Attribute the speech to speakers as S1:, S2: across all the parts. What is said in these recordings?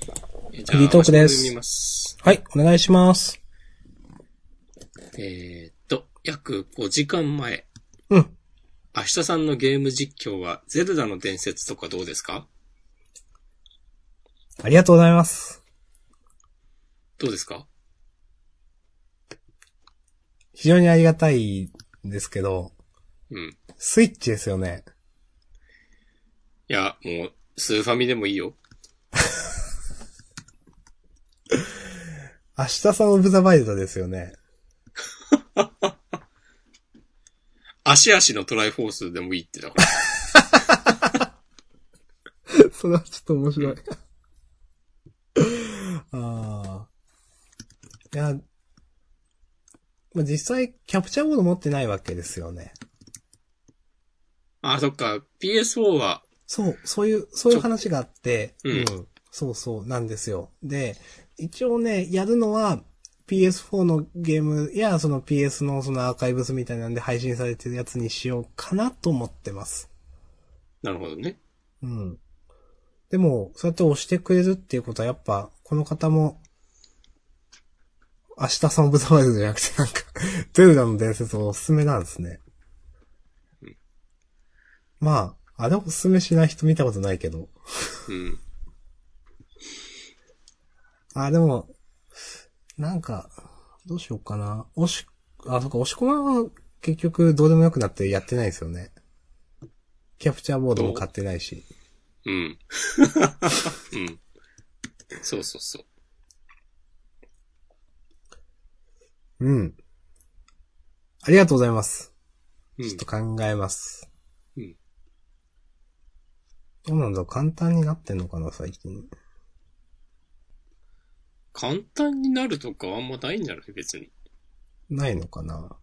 S1: じゃあ
S2: フリートークです
S1: これ見ます。
S2: はい、お願いします。
S1: えーっと、約5時間前。
S2: うん。
S1: 明日さんのゲーム実況は、ゼルダの伝説とかどうですか
S2: ありがとうございます。
S1: どうですか
S2: 非常にありがたいんですけど、
S1: うん。い
S2: スイッチですよね。
S1: や、もう、スーファミでもいいよ。
S2: 明日さんオブザバイザーですよね。
S1: 足足のトライフォースでもいいってだ から。
S2: それはちょっと面白い。 ああ。いや、まあ、実際、キャプチャーボード持ってないわけですよね。
S1: あ、そっか。PS4 は、
S2: そう、そういう、そういう話があって、
S1: うん
S2: そうそう、なんですよ。で、一応ね、やるのは、PS4 のゲームや、その PS のそのアーカイブスみたいなんで配信されてるやつにしようかなと思ってます。
S1: なるほどね。
S2: うん。でも、そうやって押してくれるっていうことはやっぱ、この方も、明日サンブザワイズじゃなくてなんか、ゼルダの伝説おすすめなんですね。まあ、あれおすすめしない人見たことないけど。
S1: うん。
S2: あ、でも、なんか、どうしようかな。押し、あ、そっか、押し込まんは結局どうでもよくなってやってないですよね。キャプチャーボードも買ってないし。
S1: うん。 うん。そうそうそう。
S2: うん。ありがとうございま
S1: う
S2: す。
S1: ん
S2: ちょっと考えます。
S1: うん
S2: どうなんだろう簡単になってんのかな最近。
S1: 簡単になるとかあんまないんじゃない別に。
S2: ないのかな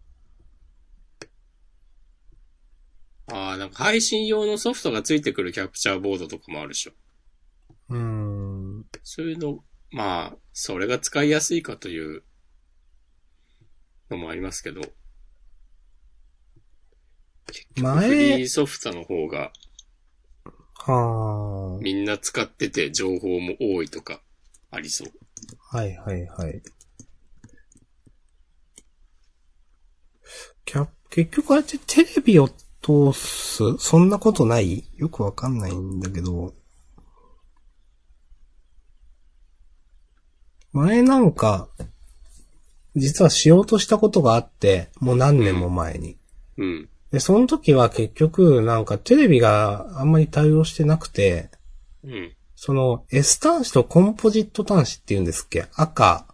S1: ああ、なんか配信用のソフトがついてくるキャプチャーボードとかもあるでしょ。
S2: うーん。
S1: そういうの、まあ、それが使いやすいかというのもありますけど、フリ
S2: 前
S1: ー、ソフトの方が
S2: は
S1: みんな使ってて情報も多いとかありそう。
S2: あ。はいはいはい。キャ結局あれってテレビを通すそんなことないよくわかんないんだけど。前なんか、実はしようとしたことがあって、もう何年も前に。
S1: うん。
S2: で、その時は結局、なんかテレビがあんまり対応してなくて、
S1: うん。
S2: その S 端子とコンポジット端子って言うんですっけ赤、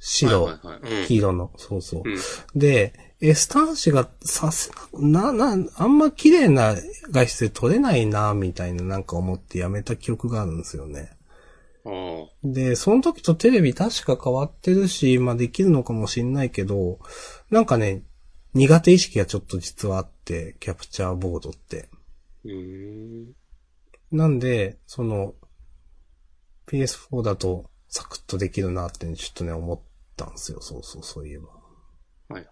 S2: 白、
S1: はいはいはい。
S2: 黄色の、そうそう。
S1: うん。
S2: で、S 端子がさせなく、な、な、あんま綺麗な画質で撮れないな、みたいななんか思ってやめた記憶があるんですよね。
S1: うん。ああ。
S2: で、その時とテレビ確か変わってるし、まあできるのかもしんないけど、なんかね、苦手意識がちょっと実はあって、キャプチャーボードって。
S1: うーん。
S2: なんで、その、PS4 だとサクッとできるなってちょっとね、思ったんですよ。そうそう、そういえば。
S1: はいはい。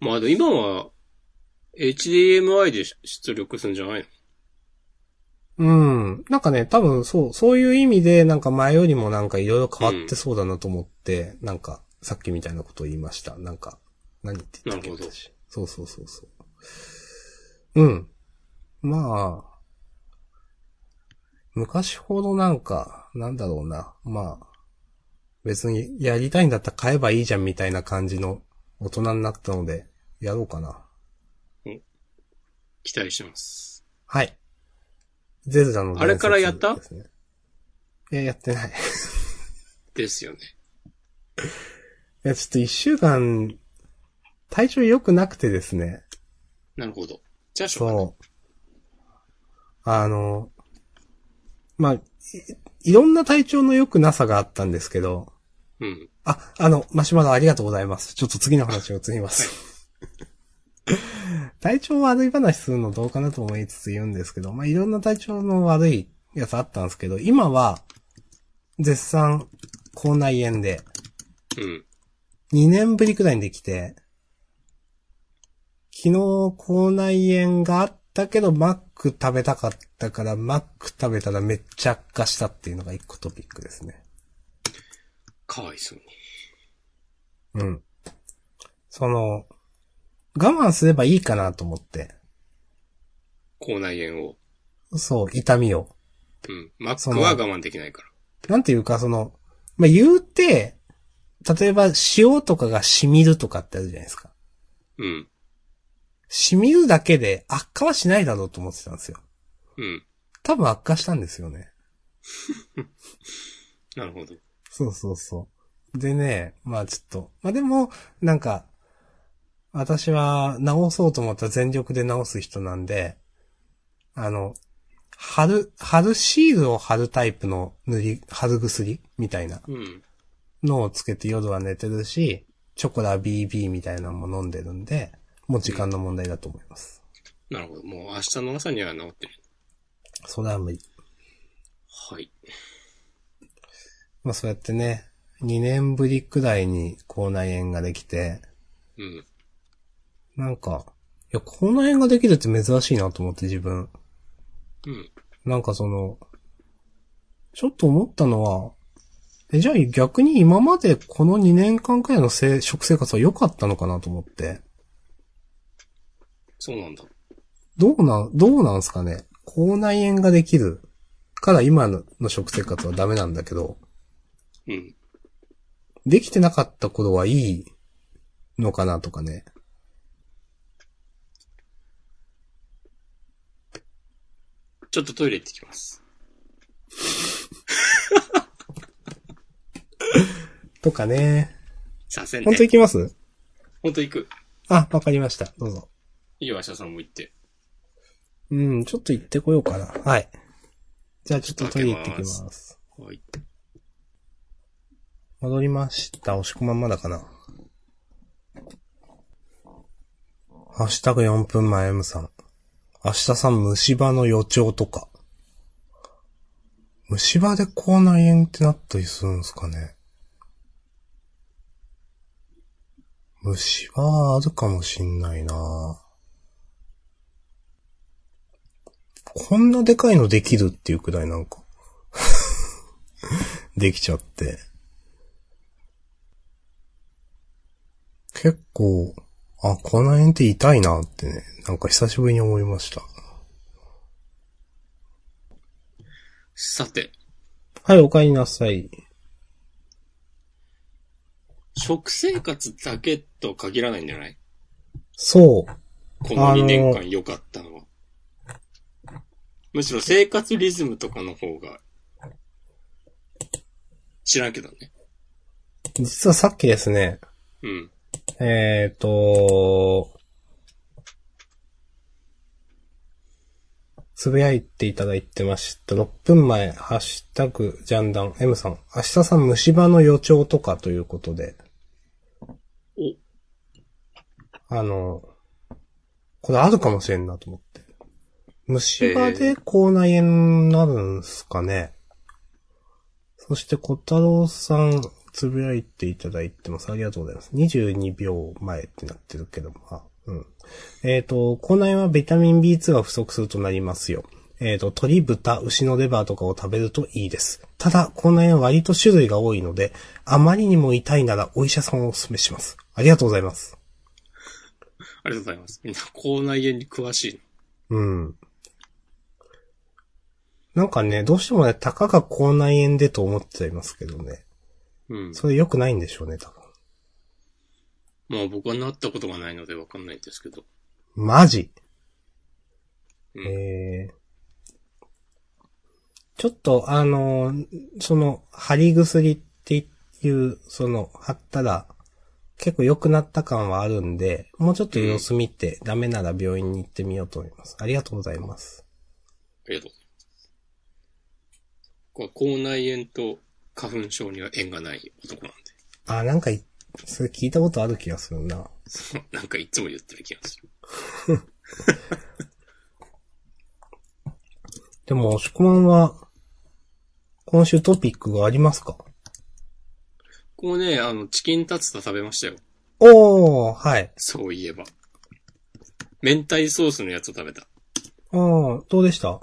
S1: まあでも今は HDMI で出力するんじゃないの
S2: うん。なんかね、多分そう、そういう意味で、なんか前よりもなんかいろいろ変わってそうだなと思って、なんか、さっきみたいなことを言いました。なんか、何って言ったっけ
S1: なるほど
S2: 私そうそうそうそう。うん。まあ、昔ほどなんか、なんだろうな。まあ、別にやりたいんだったら買えばいいじゃんみたいな感じの大人になったので、やろうかな。
S1: 期待してます。
S2: はい。ゼルダの伝説
S1: あれからやった
S2: ですねいや、やってない。い
S1: ですよね。
S2: や、ちょっと一週間、体調良くなくてですね。
S1: なるほど。じゃあしょうがない。
S2: そう。あの、まあ、いいろんな体調の良くなさがあったんですけど、
S1: うん。
S2: あ、あの、マシュマロありがとうございます。ちょっと次の話を移ります。 体調悪い話するのどうかなと思いつつ言うんですけど、まあ、いろんな体調の悪いやつあったんですけど、今は、絶賛、口内炎で、
S1: うん。
S2: 2年ぶりくらいにできて、昨日、口内炎があっだけど、マック食べたかったから、マック食べたらめっちゃ悪化したっていうのが一個トピックですね。
S1: かわいそうに。
S2: うん。その、我慢すればいいかなと思って。
S1: 口内炎を。
S2: そう、痛みを。
S1: うん。マッ
S2: そ
S1: ク
S2: の
S1: は我慢できないから。
S2: なんていうか、その、まあ、言うて、例えば塩とかが染みるとかってあるじゃないですか。
S1: うん。
S2: 染みるだけで悪化はしないだろうと思ってたんですよ。
S1: うん。
S2: 多分悪化したんですよね。
S1: なるほど。
S2: そうそうそう。でね、まあちょっと。まあでも、なんか、私は治そうと思ったら全力で治す人なんで、あの、貼る、貼るシールを貼るタイプの塗り、貼る薬みたいな
S1: うん。
S2: のをつけて夜は寝てるし、チョコラ BB みたいなのも飲んでるんで、もう時間の問題だと思います。
S1: なるほど。もう明日の朝には治ってる。
S2: それは無理。
S1: はい。
S2: まあそうやってね、2年ぶりくらいに口内炎ができて、
S1: うん。
S2: なんか、いや、口内炎ができるって珍しいなと思って自分。
S1: うん。
S2: なんかその、ちょっと思ったのは、え、じゃあ逆に今までこの2年間くらいのせ食生活は良かったのかなと思って。
S1: そうなんだ。
S2: どうなん、どうなんすかね口内炎ができるから今のの食生活はダメなんだけど、
S1: うん。
S2: できてなかった頃はいいのかなとかね。
S1: ちょっとトイレ行ってきます。
S2: とかね。
S1: させんね。
S2: 本当行きます
S1: 本当行く。
S2: あ、わかりました。どうぞ。
S1: いいよ、明日さんも行って。
S2: うん、ちょっと行ってこようかな。はい。じゃあちょっとトイレ行ってき
S1: ち
S2: ます。
S1: はい。
S2: 戻りました。押し込まんまだかな。ハッシュタグ4分前 M さん。明日さん虫歯の予兆とか。虫歯で口内炎ってなったりするんですかね。虫歯はあるかもしんないなこんなでかいのできるっていうくらいなんか。できちゃって。結構、あ、この辺って痛いなってね、なんか久しぶりに思いました。
S1: さて、
S2: はい、お帰りなさい。
S1: 食生活だけと限らないんじゃない
S2: そう。
S1: こ
S2: あ
S1: の
S2: のー
S1: 2年間良かったのは。むしろ生活リズムとかの方が、知らんけどね。
S2: 実はさっきですね、
S1: うん。
S2: えっ、ー、と、つぶやいていただいてました。6分前、ハッシュタグ、ジャンダン、M さん。明日さん虫歯の予兆とかということで。
S1: お、
S2: あの、これあるかもしれんなと思って。虫歯で口内炎になるんすかね、そして小太郎さん、つぶやいていただいてます。ありがとうございます。22秒前ってなってるけども。あうん。えっ、と、口内炎はビタミン B2 が不足するとなりますよ。えっ、と、鶏、豚、牛のレバーとかを食べるといいです。ただ、口内炎は割と種類が多いので、あまりにも痛いならお医者さんをお勧めします。ありがとうございます。
S1: ありがとうございます。みんな、口内炎に詳しいの。
S2: うん。なんかね、どうしてもね、たかが口内炎でと思っちゃいますけどね。
S1: うん。
S2: それ良くないんでしょうね、多分。
S1: まあ僕はなったことがないのでわかんないんですけど。
S2: マジ
S1: うん
S2: えー。ちょっと、あのーその、貼り薬っていう、その、貼ったら、結構良くなった感はあるんで、もうちょっと様子見て、ダメなら病院に行ってみようと思います。ありがとうございます。
S1: ありがとうございます。僕は口内炎と花粉症には縁がない男なんで。
S2: あ、なんかい、それ聞いたことある気がするな。
S1: そう なんかいつも言ってる気がする。
S2: でも、押し込まんは、今週トピックがありますか
S1: こうね、あの、チキンタツタ食べましたよ。
S2: おー、はい。
S1: そういえば。明太ソースのやつを食べた。
S2: ああ、どうでした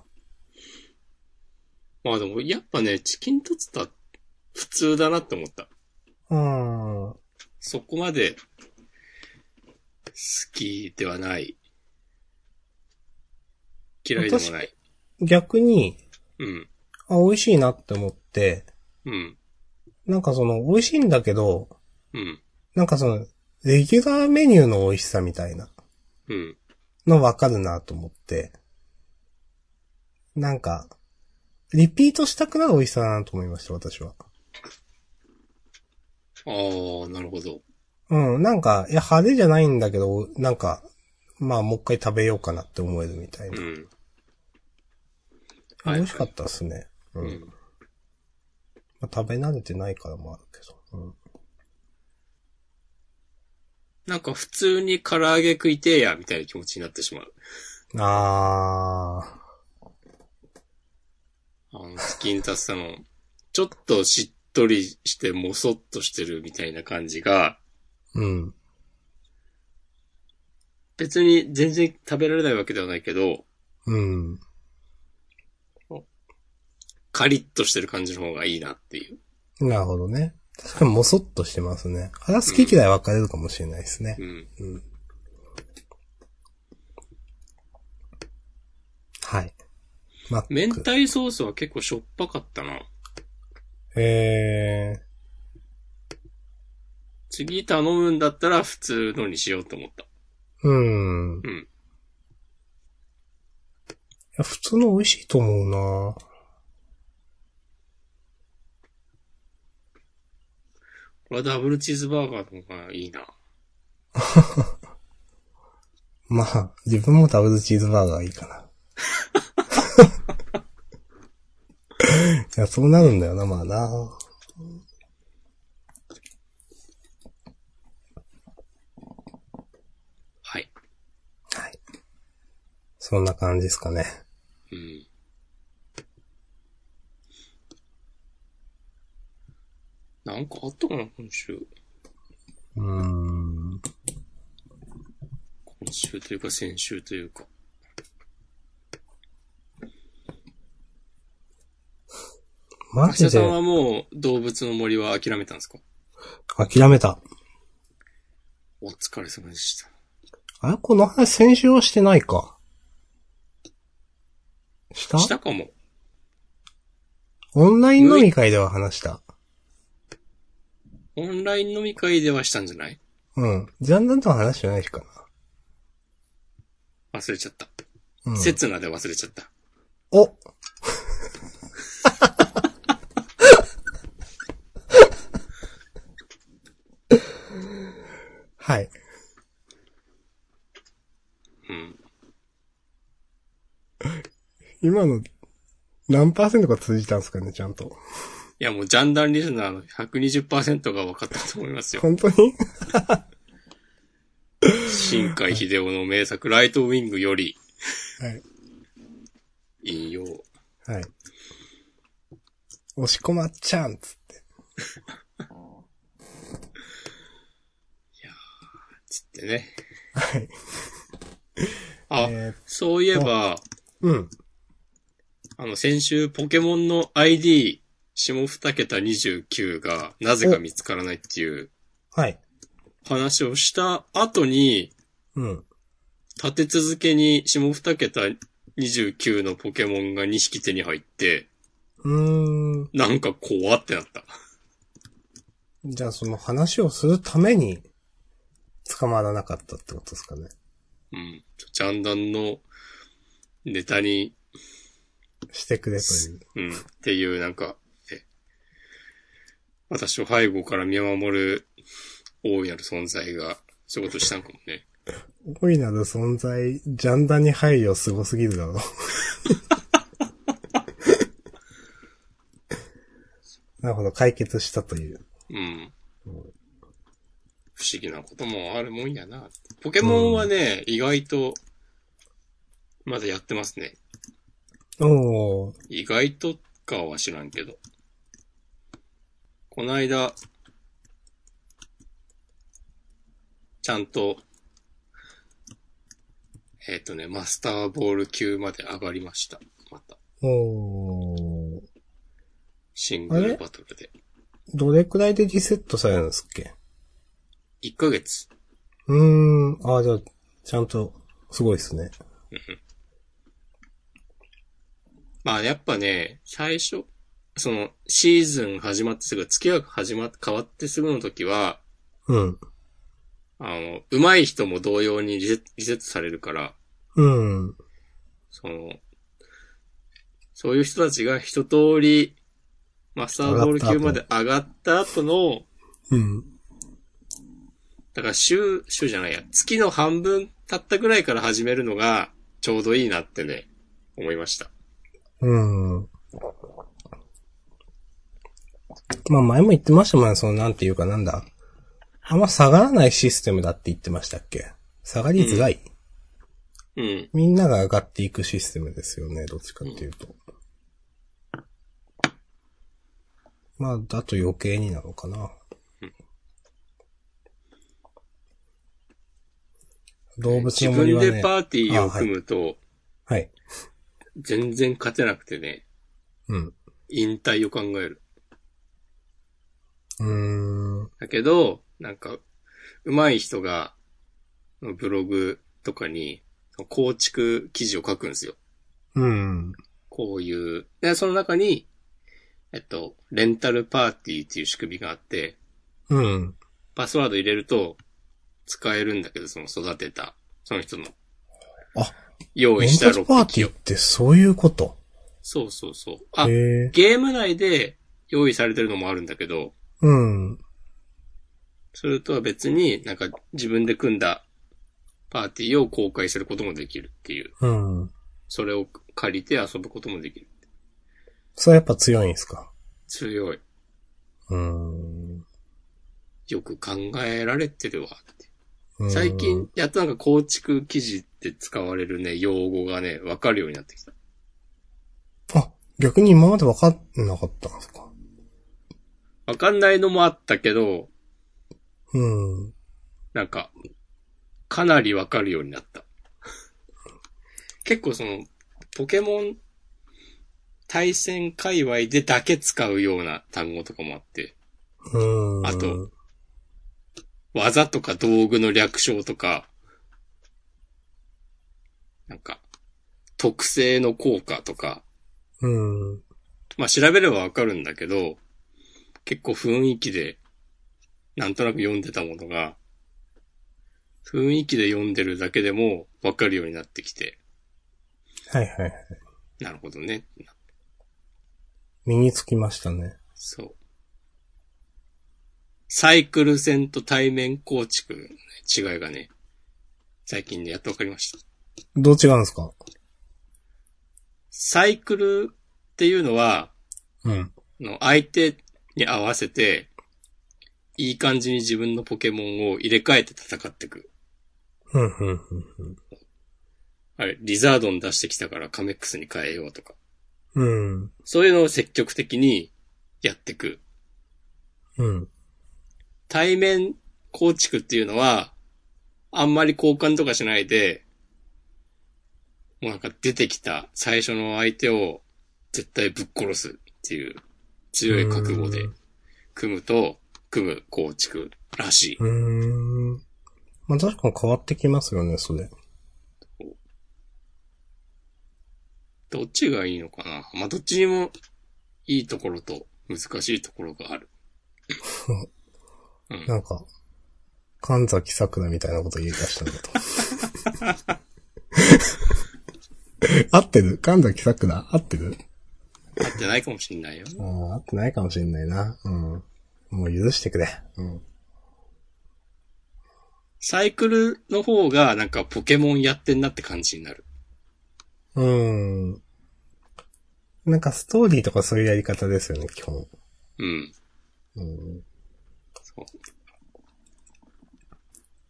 S1: まあでも、やっぱね、チキントツタ、普通だなって思った。
S2: うん。
S1: そこまで、好きではない。嫌いでもない。
S2: 逆に、
S1: うん。
S2: あ、美味しいなって思って、
S1: うん。
S2: なんかその、美味しいんだけど、
S1: うん。
S2: なんかその、レギュラーメニューの美味しさみたいな
S1: うん。
S2: のわかるなと思って、なんか、リピートしたくなる美味しさだなと思いました、私は。
S1: ああ、なるほど。
S2: うん、なんか、いや、派手じゃないんだけど、なんか、まあ、もう一回食べようかなって思えるみたいうな。
S1: ん。
S2: 美味しかったですね。う。
S1: うんん。
S2: まあ、食べ慣れてないからもあるけど。うん。
S1: なんか普通に唐揚げ食いてえや、みたいな気持ちになってしまう。
S2: あ
S1: あの、チキンタツタの、ちょっとしっとりして、もそっとしてるみたいな感じが、
S2: ー。うん。
S1: 別に全然食べられないわけではないけど、
S2: うん。
S1: カリッとしてる感じの方がいいなっていう。
S2: なるほどね。確かにもそっとしてますね。あれは好き嫌い分かれるかもしれないですね
S1: う。ん。
S2: うん。はい。マ
S1: 明
S2: ック。
S1: 太ソースは結構しょっぱかったな。
S2: えー。
S1: 次頼むんだったら普通のにしようと思った。
S2: うん。
S1: うん
S2: いや、普通の美味しいと思うな
S1: これはダブルチーズバーガーの方がいいな。
S2: まあ、自分もダブルチーズバーガーいい かな。いや、そうなるんだよな、まあな
S1: はい。
S2: はい。そんな感じですかね。
S1: うん。なんかあったかな、今週。
S2: うーん。
S1: 今週というか先週というか。
S2: マ
S1: 明日
S2: ジ
S1: さん
S2: で
S1: はもう動物の森は諦めたんですか
S2: 諦めた。
S1: お疲れ様でした。
S2: あれこの話先週はしてないか。した
S1: したかも。
S2: オンライン飲み会では話した。
S1: オンライン飲み会ではしたんじゃない
S2: うん。ジャンダンとは話してないか
S1: 忘れちゃった。
S2: な。うん。
S1: 刹那で忘れちゃった。
S2: お はい。
S1: うん。
S2: 今の、何パーセントが通じたんですかね、ちゃんと。
S1: いやもうジャンダンリスナーの120%が分かったと思います よ。
S2: 本当に
S1: 新海秀夫の名作ライトウィングより
S2: はい。
S1: 引用。
S2: はい。押し込まっちゃんっつって。
S1: つってね。
S2: はい。
S1: あ、
S2: えー
S1: そういえば、
S2: うん。
S1: あの先週ポケモンの ID 下2桁29がなぜか見つからないっていう
S2: はい。
S1: 話をした後に、
S2: うん。
S1: 立て続けに下2桁29のポケモンが2匹手に入って、
S2: うーん。
S1: なんか怖ってなった。
S2: じゃあその話をするために、捕まらなかったってことですかね。
S1: うん。ジャンダンのネタに、
S2: してくれという。
S1: うん。っていうなんか、え私を背後から見守る大いなる存在が、そういうことしたんかもね。
S2: 大いなる存在、ジャンダに配慮すごすぎるだ ろう。なるほど、解決したという。
S1: うん。不思議なこともあるもんやな。ポケモンはね、意外と、まだやってますね。
S2: おー、
S1: 意外とかは知らんけど。こないだ、ちゃんと、えっ、とね、マスターボール級まで上がりました。また。
S2: おー。
S1: シングルバトルで。
S2: どれくらいでリセットされるんですっけ
S1: 1ヶ月。
S2: うーん。ああ、じゃあ、ちゃんと、すごいですね。
S1: まあやっぱね、最初、その、シーズン始まってすぐ、月が始まっ、変わってすぐの時は、
S2: うん。
S1: あの、上手い人も同様にリセリセットされるから、
S2: うん。
S1: その、そういう人たちが一通り、マスターボール級まで上がった後の、
S2: うん。
S1: だから週、週じゃないや、月の半分経ったぐらいから始めるのが、ちょうどいいなってね、思いました。
S2: うん。まあ前も言ってましたもんね、そのなんていうかなんだ。あんま下がらないシステムだって言ってましたっけ下がりづらい、
S1: うん。
S2: みんなが上がっていくシステムですよね、どっちかっていうと。まあ、だと余計になのかな。動物
S1: 自
S2: の森
S1: 分
S2: はね。
S1: でパーティーを組むと、
S2: はい。
S1: 全然勝てなくてね、
S2: うん。
S1: 引退を考える。
S2: うーん。
S1: だけど、なんか、上手い人が、ブログとかに、構築記事を書くんですよ。
S2: うん。
S1: こういう。で、その中に、えっと、レンタルパーティーっていう仕組みがあって、
S2: うん。
S1: パスワード入れると、使えるんだけど、その育てた、その人の。
S2: あ
S1: 用意
S2: レン
S1: し
S2: タ
S1: た
S2: ルパーティー
S1: を
S2: っ。てそういうこと
S1: そうそうそう。あ
S2: へ、え。
S1: ゲーム内で用意されてるのもあるんだけど、
S2: うん。
S1: それとは別になんか自分で組んだパーティーを公開することもできるっていう。
S2: うん。
S1: それを借りて遊ぶこともできる。
S2: それはやっぱ強いんですか
S1: 強い。
S2: うーん。
S1: よく考えられてるわって。
S2: うん
S1: 最近、、やっとなんか構築記事って使われるね、用語がね、わかるようになってきた。
S2: あ、逆に今まで分かんなかったんですか
S1: わかんないのもあったけど、
S2: うん。
S1: なんか、かなりわかるようになった。結構その、ポケモン対戦界隈でだけ使うような単語とかもあって、
S2: うん。
S1: あと。技とか道具の略称とか、なんか、特性の効果とか、
S2: うん。
S1: まあ調べればわかるんだけど、結構雰囲気で、なんとなく読んでたものが、雰囲気で読んでるだけでもわかるようになってきて、
S2: はいはいはい。
S1: なるほどね。
S2: 身につきましたね。
S1: そう。サイクル戦と対面構築の違いがね、最近ね、やっとわかりました。
S2: どう違うんですか
S1: サイクルっていうのは、
S2: うん。
S1: の相手に合わせて、いい感じに自分のポケモンを入れ替えて戦っていく。
S2: うん、うん、うんうん。
S1: あれ、リザードン出してきたからカメックスに変えようとか。
S2: うん。
S1: そういうのを積極的にやってく。
S2: うん。
S1: 対面構築っていうのは、あんまり交換とかしないで、もうなんか出てきた最初の相手を絶対ぶっ殺すっていう強い覚悟で組むと、組む構築らしい。
S2: うーん。まあ、確かに変わってきますよね、それ。
S1: どっちがいいのかなまあ、どっちにもいいところと難しいところがある。うん
S2: なんか、神崎桜みたいなこと言い出したんだと。 合ってる神崎桜合ってる
S1: 合ってないかもしんないよ。
S2: あー合ってないかもしんないな。うん。もう許してくれ。うん。
S1: サイクルの方がなんかポケモンやってんなって感じになる。
S2: うん。なんかストーリーとかそういうやり方ですよね、基本。
S1: うん。
S2: うん。
S1: そう。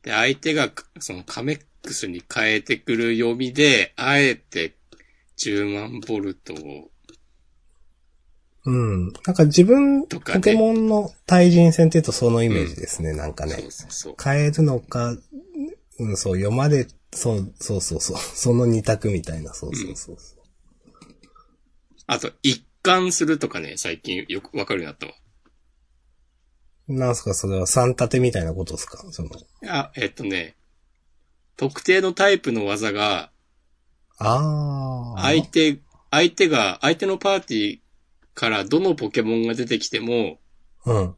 S1: で、相手がそのカメックスに変えてくる読みで、あえて10万ボルトを、
S2: うん。なんか自分、
S1: とかね
S2: ポケモンの対人戦って言うとそのイメージですね、なんかね。
S1: そうそうそう。
S2: 変えるのか、うん、そう、読まれそう、そうそうそう。その二択みたいな、そうそうそうそう。
S1: あと、一貫するとかね、最近よくわかるようになったわ。
S2: なんすか、それは三立てみたいなことですかその、
S1: あ、えっとね、特定のタイプの技が、
S2: あー。
S1: 相手、相手が、相手のパーティーからどのポケモンが出てきても、
S2: うん。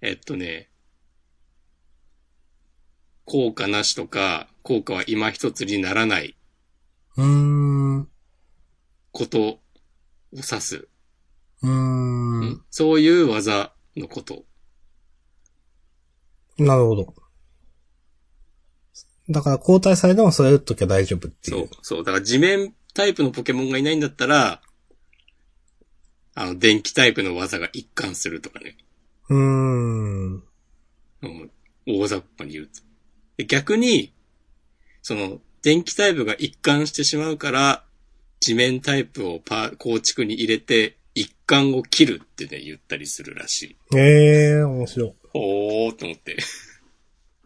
S1: えっとね、効果なしとか、効果は今一つにならないう
S2: ーん。う
S1: ことを指す。
S2: ーん。
S1: そういう技のこと。
S2: なるほど。だから交代されてもそれ打っときゃ大丈夫ってい
S1: そう
S2: う。、
S1: そう。だから地面タイプのポケモンがいないんだったら、あの、電気タイプの技が一貫するとかね。
S2: ううー
S1: う
S2: ん。
S1: ん大雑把に言うと。で逆に、その、電気タイプが一貫してしまうから、地面タイプをパー構築に入れて、一貫を切るってね、言ったりするらしい。
S2: ええー、面白い。
S1: おーと思って。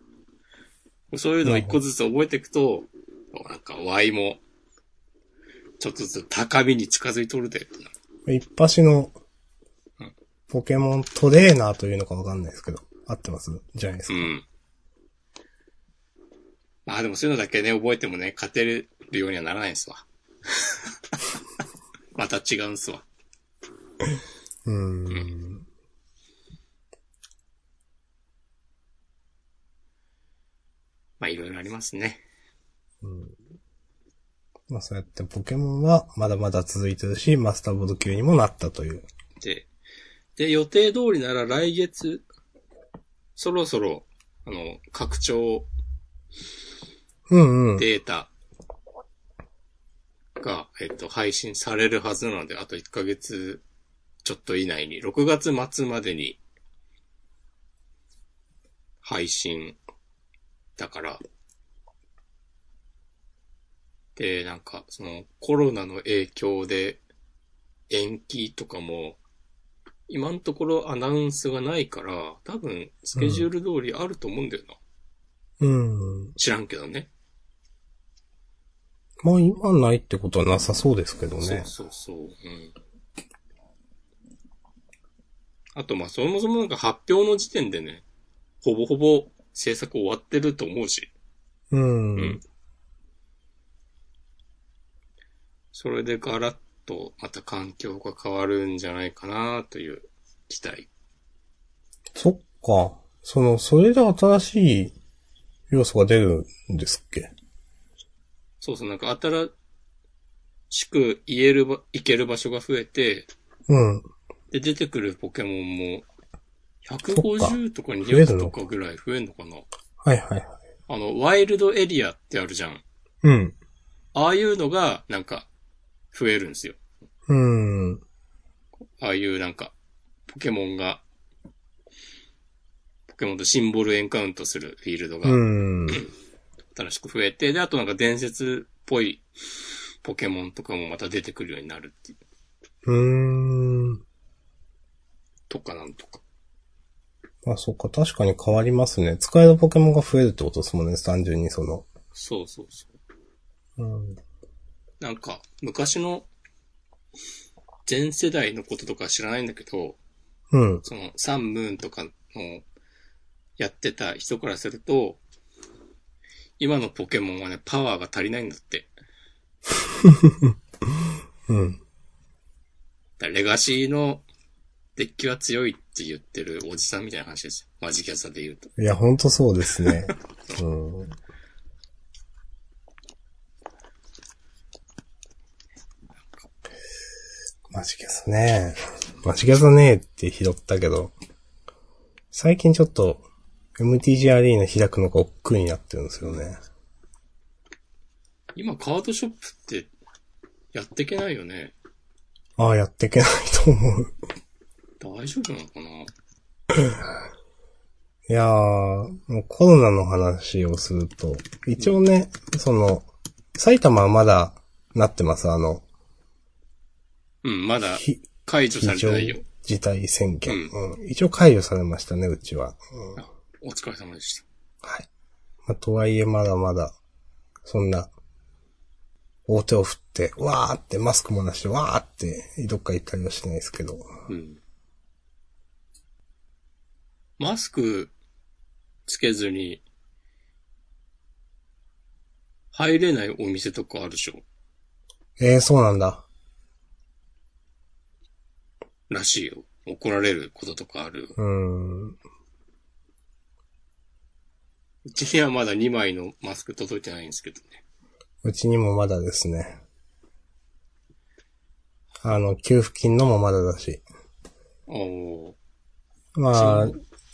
S1: そういうのを一個ずつ覚えていくと、なんか Y も、ちょっとずつ高みに近づいとるでってなる。
S2: 一発の
S1: うん、
S2: ポケモントレーナーというのかわかんないですけど、合ってますじゃないです
S1: う
S2: か。
S1: ん。まあでもそういうのだけね、覚えてもね、勝てるようにはならないんすわ。 また違うんすわ。
S2: うーん。
S1: まあいろいろありますね。
S2: まあそうやってポケモンはまだまだ続いてるし、マスターボード級にもなったという。
S1: で、で、予定通りなら来月、そろそろ、あの、拡張
S2: うんうん。
S1: データが、えっと、配信されるはずなので、あと1ヶ月ちょっと以内に、6月末までに、配信だから、で、なんか、その、コロナの影響で、延期とかも、今のところアナウンスがないから、多分、スケジュール通りあると思うんだよな。
S2: うん。
S1: 知らんけどね。
S2: まあ今ないってことはなさそうですけど
S1: そう
S2: ね。
S1: そうそう。うん。あと、まあ、そもそもなんか発表の時点でね、ほぼほぼ制作終わってると思うし。
S2: う。
S1: うんそれでガラッとまた環境が変わるんじゃないかなという期待。
S2: そっか。その、それで新しい要素が出るんですっけ
S1: そうそう、なんか新しく言えるば、行ける場所が増えて、
S2: うん。
S1: で、出てくるポケモンも、
S2: そっ
S1: 150とか
S2: 増え
S1: 200
S2: る
S1: と
S2: の
S1: かぐらい増えるのかな
S2: はいはいはい。
S1: あの、ワイルドエリアってあるじゃん。
S2: うん。
S1: ああいうのが、なんか、増えるんですよ。
S2: うん。
S1: ああいうなんか、ポケモンが、ポケモンとシンボルエンカウントするフィールド
S2: う
S1: が
S2: ん。
S1: 新しく増えて、で、あとなんか伝説っぽいポケモンとかもまた出てくるようになるっていう、
S2: うん。
S1: とかなんとか。
S2: あ、そっか。確かに変わりますね。使えるポケモンが増えるってことですもんね。単純にその。
S1: そうそうそう。
S2: うん。
S1: なんか、昔の、前世代のこととか知らないんだけど、
S2: うん。
S1: その、サンムーンとかの、やってた人からすると、今のポケモンはね、パワーが足りないんだって。
S2: うん。
S1: だからレガシーのデッキは強いって言ってるおじさんみたいな話ですよ。マジキャサで言うと。
S2: いや、ほんとそうです ね。うん。マジギャザね。マジギャザねって拾ったけど、最近ちょっと MTG アリーナ開くのが億劫になってるんですよね。
S1: 今カードショップってやっていけないよね。
S2: ああ、やっていけないと思う。
S1: 大丈夫なのかない
S2: やー、もうコロナの話をすると、一応ね、その、埼玉はまだなってます、あの、
S1: うん、まだ
S2: ひ
S1: 解除さ
S2: 非
S1: れて
S2: 常
S1: ないよ。
S2: 事態宣言、
S1: う
S2: うん一応解除されましたね、うちは。うん
S1: あお疲れ様でした。
S2: はい。まあ、とはいえまだまだ、そんな、大手を振って、わーって、マスクもなしで、わーって、どっか行ったりはしないですけど。
S1: うん。マスクつけずに入れないお店とかあるでしょ
S2: えー、そうなんだ。
S1: らしいよ。怒られることとかある。
S2: うーん。
S1: うちにはまだ2枚のマスク届いてないんですけどね。
S2: うちにもまだですね。あの、給付金のもまだだし。
S1: おー
S2: まあ、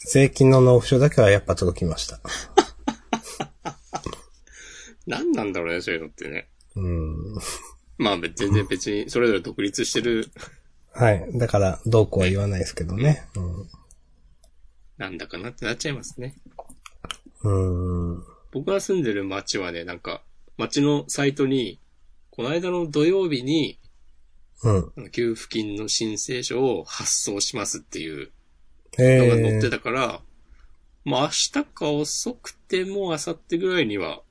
S2: 税金の納付書だけはやっぱ届きました。
S1: 何なんだろうね、そういうのってね。
S2: うん。
S1: まあ別全然別に、それぞれ独立してる、
S2: はい。だから、どうこうは言わないですけどね。
S1: なんだかなってなっちゃいますね。
S2: うん。うーん。
S1: 僕が住んでる町はね、なんか、町のサイトに、この間の土曜日に、
S2: うん。
S1: あの給付金の申請書を発送しますっていうのが載
S2: え
S1: って
S2: ー、
S1: たから、まあ明日か遅くても明後日ぐらいには、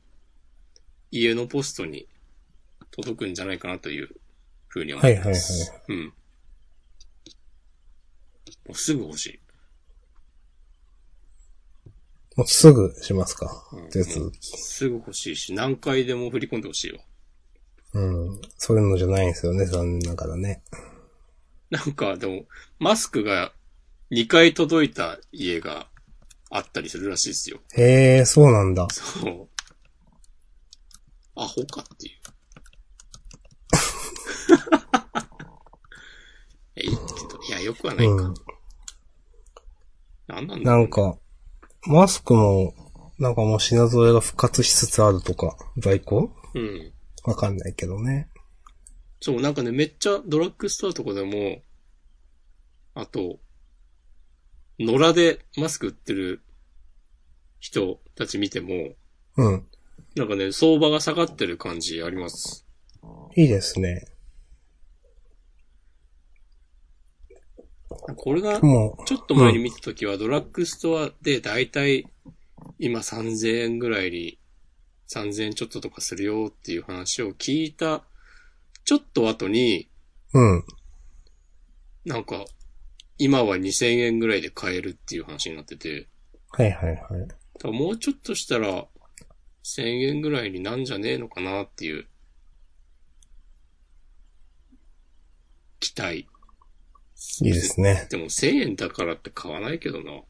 S1: 家のポストに届くんじゃないかなというふうに思います。はいはいはい。うん。もうすぐ欲しい。
S2: もうすぐしますか
S1: うん。
S2: 手続き。
S1: すぐ欲しいし、何回でも振り込んでほしいわ。
S2: うん。そういうのじゃないんですよね、残念ながらね。
S1: なんか、でも、マスクが2回届いた家があったりするらしいですよ。
S2: へえ、そうなんだ。
S1: そう。アホかっていう。 え、いいけど、いや、よくはないか。
S2: うん
S1: なんなんだ
S2: な
S1: ろうん
S2: か、マスクも、なんかもう品揃えが復活しつつあるとか、在庫
S1: うん。
S2: わかんないけどね。
S1: そう、なんかね、めっちゃドラッグストアとかでも、あと、野良でマスク売ってる人たち見ても、
S2: うん。
S1: なんかね、相場が下がってる感じあります。
S2: いいですね。
S1: これが、
S2: もう、
S1: ちょっと前に見たときは、ドラッグストアでだいたい今3000円ぐらいに、3000円ちょっととかするよっていう話を聞いた、ちょっと後に、
S2: うん。
S1: なんか、今は2000円ぐらいで買えるっていう話になってて、
S2: はいはいは
S1: だ
S2: い。
S1: からもうちょっとしたら、1000円ぐらいになんじゃねえのかなっていう、期待。
S2: いいですね。
S1: でも1000円だからって買わないけどな。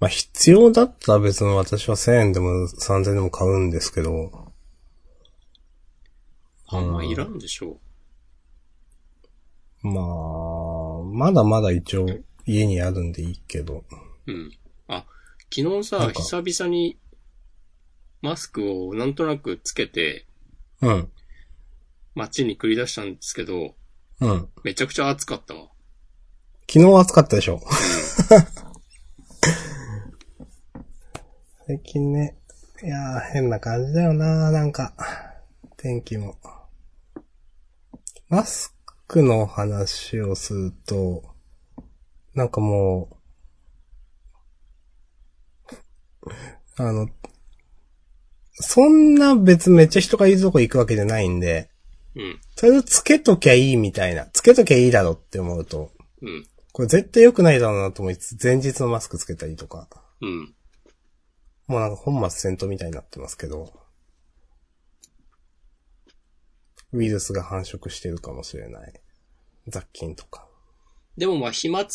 S2: まあ必要だったら別に私は1000円でも3000円でも買うんですけど、
S1: あんまいらんでしょう。
S2: まあ、まだまだ一応家にあるんでいいけど。
S1: うん。あ、昨日
S2: な
S1: さ、
S2: んか
S1: 久々にマスクをなんとなくつけて
S2: うん。
S1: 街に繰り出したんですけど、
S2: うん。
S1: めちゃくちゃ暑かったわ。
S2: 昨日暑かったでしょ。 最近ね、いやー変な感じだよななんか、天気も。マスクの話をすると、なんかもう、あの、そんな別にめっちゃ人がいるとこ行くわけじゃないんで、
S1: うん、
S2: とりあえずつけときゃいいみたいな、つけときゃいいだろって思うと、
S1: うん、
S2: これ絶対良くないだろうなと思いつつ、前日のマスクつけたりとか、
S1: うん。
S2: もうなんか本末転倒みたいになってますけど、ウイルスが繁殖してるかもしれない。雑菌とか。
S1: でもまあ飛沫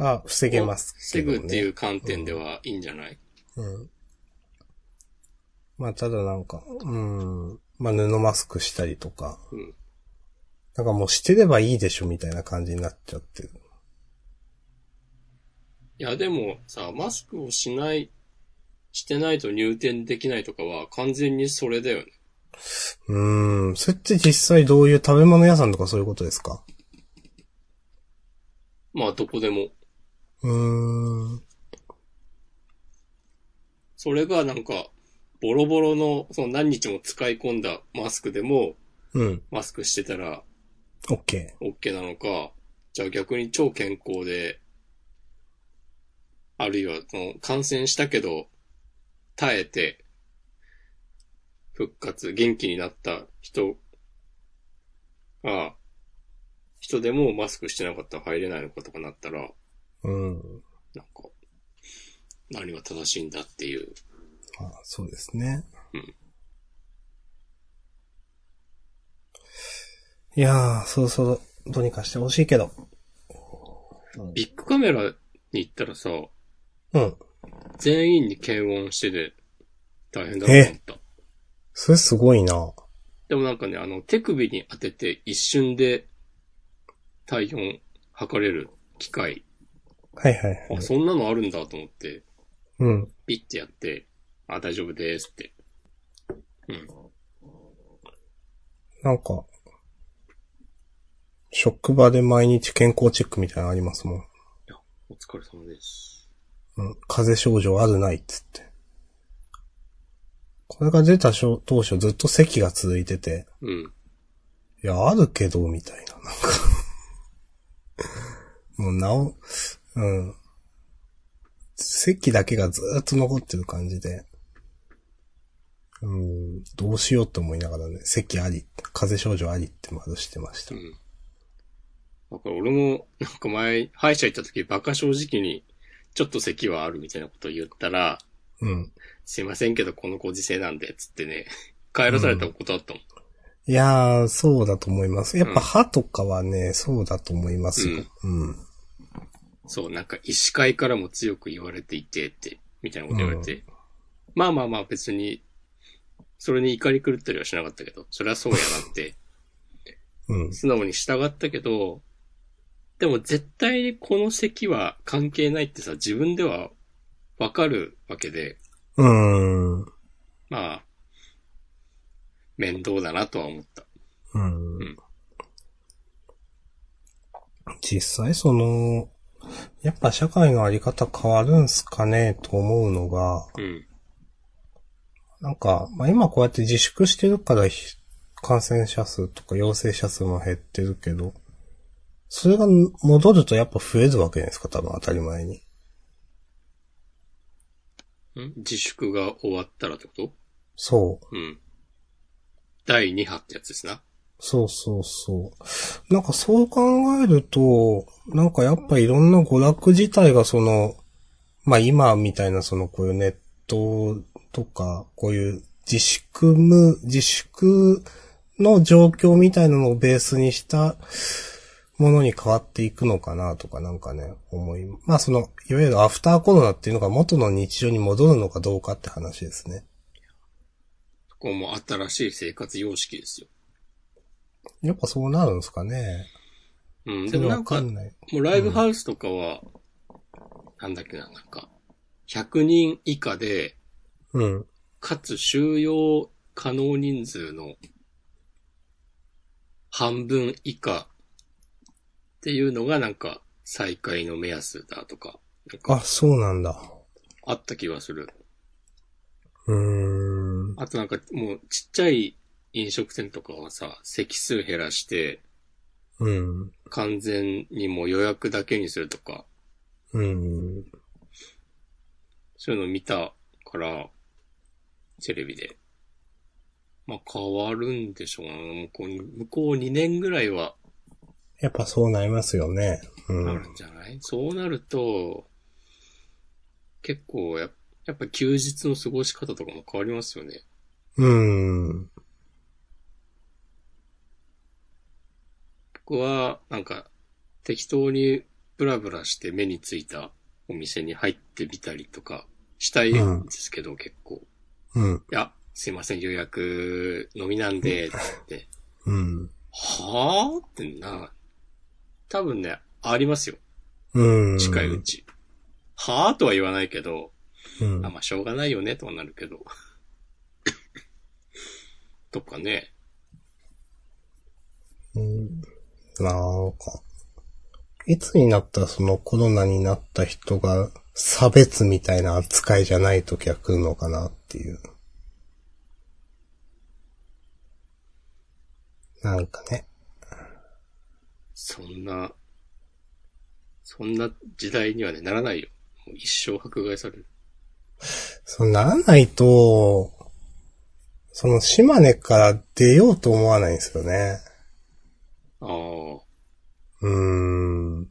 S2: あ、防げ
S1: を
S2: ますけ
S1: 防
S2: ど、
S1: ぐ
S2: ね。
S1: っていう観点ではいいんじゃない、
S2: うん。まあ、ただなんか、うん。まあ、布マスクしたりとか。
S1: うん
S2: なんかもうしてればいいでしょみたいな感じになっちゃってる。
S1: いやでもさ、マスクをしない、してないと入店できないとかは完全にそれだよね。
S2: うーん。それって実際どういう食べ物屋さんとかそういうことですか
S1: まあどこでも。
S2: うーん。
S1: それがなんか、ボロボロの、その何日も使い込んだマスクでも、
S2: うん。
S1: マスクしてたら、
S2: オッケ
S1: OK なのか、じゃあ逆に超健康で、あるいはその感染したけど、耐えて、復活、元気になった人が、人でもマスクしてなかったら入れないのかとかなったら、
S2: うん。
S1: なんか、何が正しいんだっていう。
S2: あそうですね。
S1: うん
S2: いやー、そうそう、どうにかしてほしいけど。
S1: ビッグカメラに行ったらさ、
S2: うん。
S1: 全員に検温してて、大変だなと思った。
S2: それすごいな。
S1: でもなんかね、あの、手首に当てて一瞬で体温測れる機械。
S2: はいはいはい。
S1: あ、そんなのあるんだと思って、
S2: うん。
S1: ピッてやって、あ、大丈夫ですって。うん。
S2: なんか、職場で毎日健康チェックみたいなのありますもん。
S1: お疲れ様です。
S2: うん、風邪症状あるないっつって。これが出た当初ずっと咳が続いてて、
S1: うん。
S2: いや、あるけど、みたいな、なんか。もう、なお、うん。席だけがずーっと残ってる感じで。うん、どうしようって思いながらね、席あり、風邪症状ありってまだしてました
S1: う。ん。だから俺も、なんか前、歯医者行った時、バカ正直に、ちょっと咳はあるみたいなことを言ったら、
S2: うん。
S1: すいませんけど、このご時世なんで、つってね、帰らされたことあったもん。
S2: いやー、そうだと思います。やっ
S1: うん
S2: ぱ歯とかはね、そうだと思いますよ。うん。
S1: そう、なんか医師会からも強く言われていて、って、みたいなこと言われて。まあまあまあ別に、それに怒り狂ったりはしなかったけど、それはそうやなって、
S2: うん。
S1: 素直に従ったけど、でも絶対にこの席は関係ないってさ、自分ではわかるわけで、
S2: うん。
S1: まあ、面倒だなとは思った。
S2: うん
S1: ん
S2: 実際その、やっぱ社会のあり方変わるんすかねと思うのが、
S1: うん。
S2: なんか、まあ、今こうやって自粛してるからひ感染者数とか陽性者数も減ってるけど、それが戻るとやっぱ増えるわけじゃないですか、多分当たり前に。
S1: ん自粛が終わったらってこと
S2: そう。
S1: うん。第2波ってやつですな。
S2: そうそうそう。なんかそう考えると、なんかやっぱいろんな娯楽自体がその、まあ今みたいなそのこういうネットとか、こういう自粛む、自粛の状況みたいなのをベースにしたものに変わっていくのかなとかなんかね、思い、まあその、いわゆるアフターコロナっていうのが元の日常に戻るのかどうかって話ですね。
S1: そこも新しい生活様式ですよ。
S2: やっぱそうなるんですかね。
S1: うん。
S2: そ
S1: で
S2: れ
S1: もな
S2: わ
S1: ん
S2: か
S1: か、
S2: んない。
S1: もうライブハウスとかは、なんだっけな、なんか、100人以下で、
S2: うん。
S1: かつ収容可能人数の半分以下っていうのがなんか再開の目安だとか、なん
S2: あ、
S1: か
S2: そうなんだ。
S1: あった気がする。
S2: うーん。
S1: あとなんかもうちっちゃい飲食店とかはさ、席数減らして
S2: うん。
S1: 完全にもう予約だけにするとか、
S2: うん。
S1: そういうの見たから、テレビで。まあ変わるんでしょうな。向こうに、向こう2年ぐらいは
S2: やっぱそうなりますよね。う。
S1: なんるんじゃない、そうなると、結構や、やっぱ休日の過ごし方とかも変わりますよね。
S2: うん。
S1: 僕は、なんか、適当にブラブラして目についたお店に入ってみたりとかしたいんですけど、結構。
S2: うん。
S1: いや、すいません、予約のみなんで、って。
S2: うん。
S1: はぁってな、多分ね、ありますよ。
S2: うん。
S1: 近いうち。はぁとは言わないけど、
S2: うん
S1: あ、。まあ、しょうがないよね、とはなるけど。 とかね。
S2: うんなんか、いつになったらそのコロナになった人が差別みたいな扱いじゃない時が来るのかなっていう。なんかね。
S1: そんな、そんな時代にはね、ならないよ。もう一生迫害される。
S2: そうならないと、その島根から出ようと思わないんですよね。
S1: ああ。
S2: うーん。い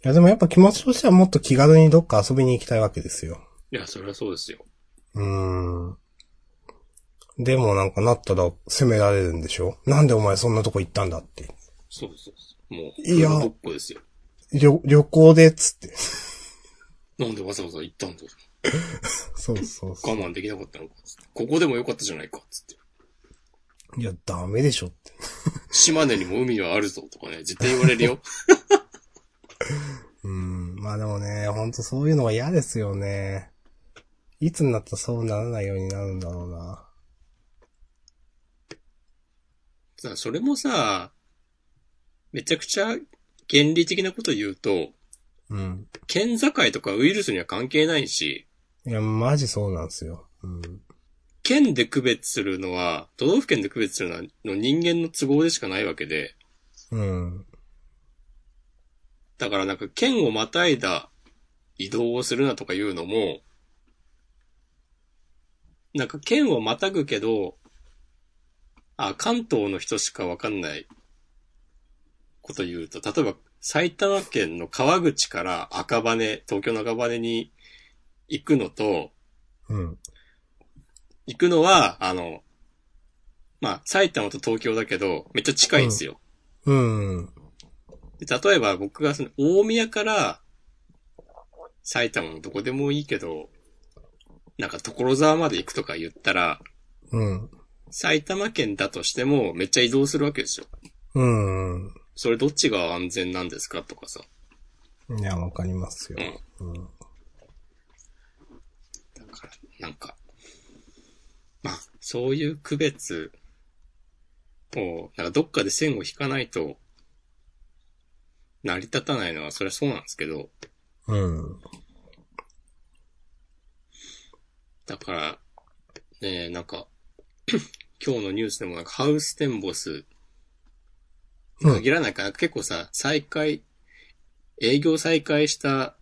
S2: や、でもやっぱ気持ちとしてはもっと気軽にどっか遊びに行きたいわけですよ。
S1: いや、それはそうですよ。
S2: うーん。でもなんかなったら責められるんでしょなんでお前そんなとこ行ったんだって。
S1: そうですそうです。もう、
S2: いや
S1: 黒ぼっこですよ。
S2: 旅、旅行でっつって。
S1: なんでわざわざ行ったんだろ
S2: そうそう
S1: う
S2: そ
S1: 我慢できなかったのか。つってここでもよかったじゃないか。つって。
S2: う。いや、ダメでしょって。
S1: 島根にも海はあるぞとかね、絶対言われるよ。
S2: うーん。まあでもね、ほんとそういうのは嫌ですよね。いつになったらそうならないようになるんだろうな。
S1: さそれもさ、めちゃくちゃ原理的なこと言うと、
S2: うん。
S1: 県境とかウイルスには関係ないし、
S2: いや、マジそうなんですよ。うん。
S1: 県で区別するのは、都道府県で区別するのはの人間の都合でしかないわけで、
S2: うん。
S1: だからなんか県をまたいだ移動をするなとかいうのも、なんか県をまたぐけど、あ、関東の人しかわかんないこと言うと、例えば埼玉県の川口から赤羽、東京の赤羽に行くのと、
S2: うん。
S1: 行くのは、あの、まあ、埼玉と東京だけど、めっちゃ近いんですよ。
S2: うん。
S1: で例えば僕がその大宮から埼玉のどこでもいいけど、なんか所沢まで行くとか言ったら、
S2: うん。
S1: 埼玉県だとしてもめっちゃ移動するわけですよ。
S2: うん。
S1: それどっちが安全なんですかとかさ。
S2: いや、わかりますよ。うん。
S1: だから、なんか、まあ、そういう区別を、なんかどっかで線を引かないと、成り立たないのは、それはそうなんですけど、
S2: うん。
S1: だから、ねえ、なんか、 今日のニュースでもなんかハウステンボス、
S2: うん
S1: 限らないから、結構さ、再開、営業再開した、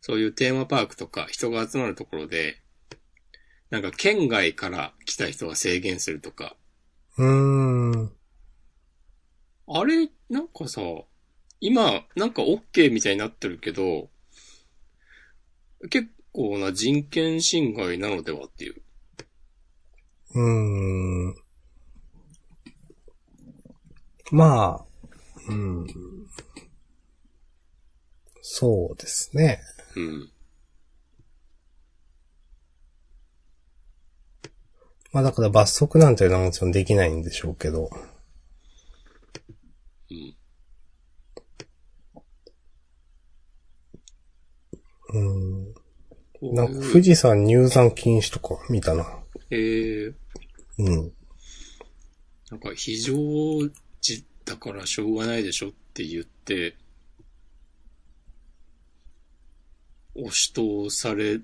S1: そういうテーマパークとか人が集まるところで、なんか県外から来た人は制限するとか、
S2: うーん。
S1: あれ、なんかさ、今、なんか OK みたいになってるけど、結構な人権侵害なのではっていう。
S2: うーん。まあ、うん。そうですね。
S1: うん。
S2: まあだから罰則なんていうのはもちろんできないんでしょうけど。
S1: うん。
S2: うん。
S1: こう
S2: なんか富士山入山禁止とか見たな。
S1: えー、
S2: うん。
S1: なんか非常時だからしょうがないでしょって言って、押し通され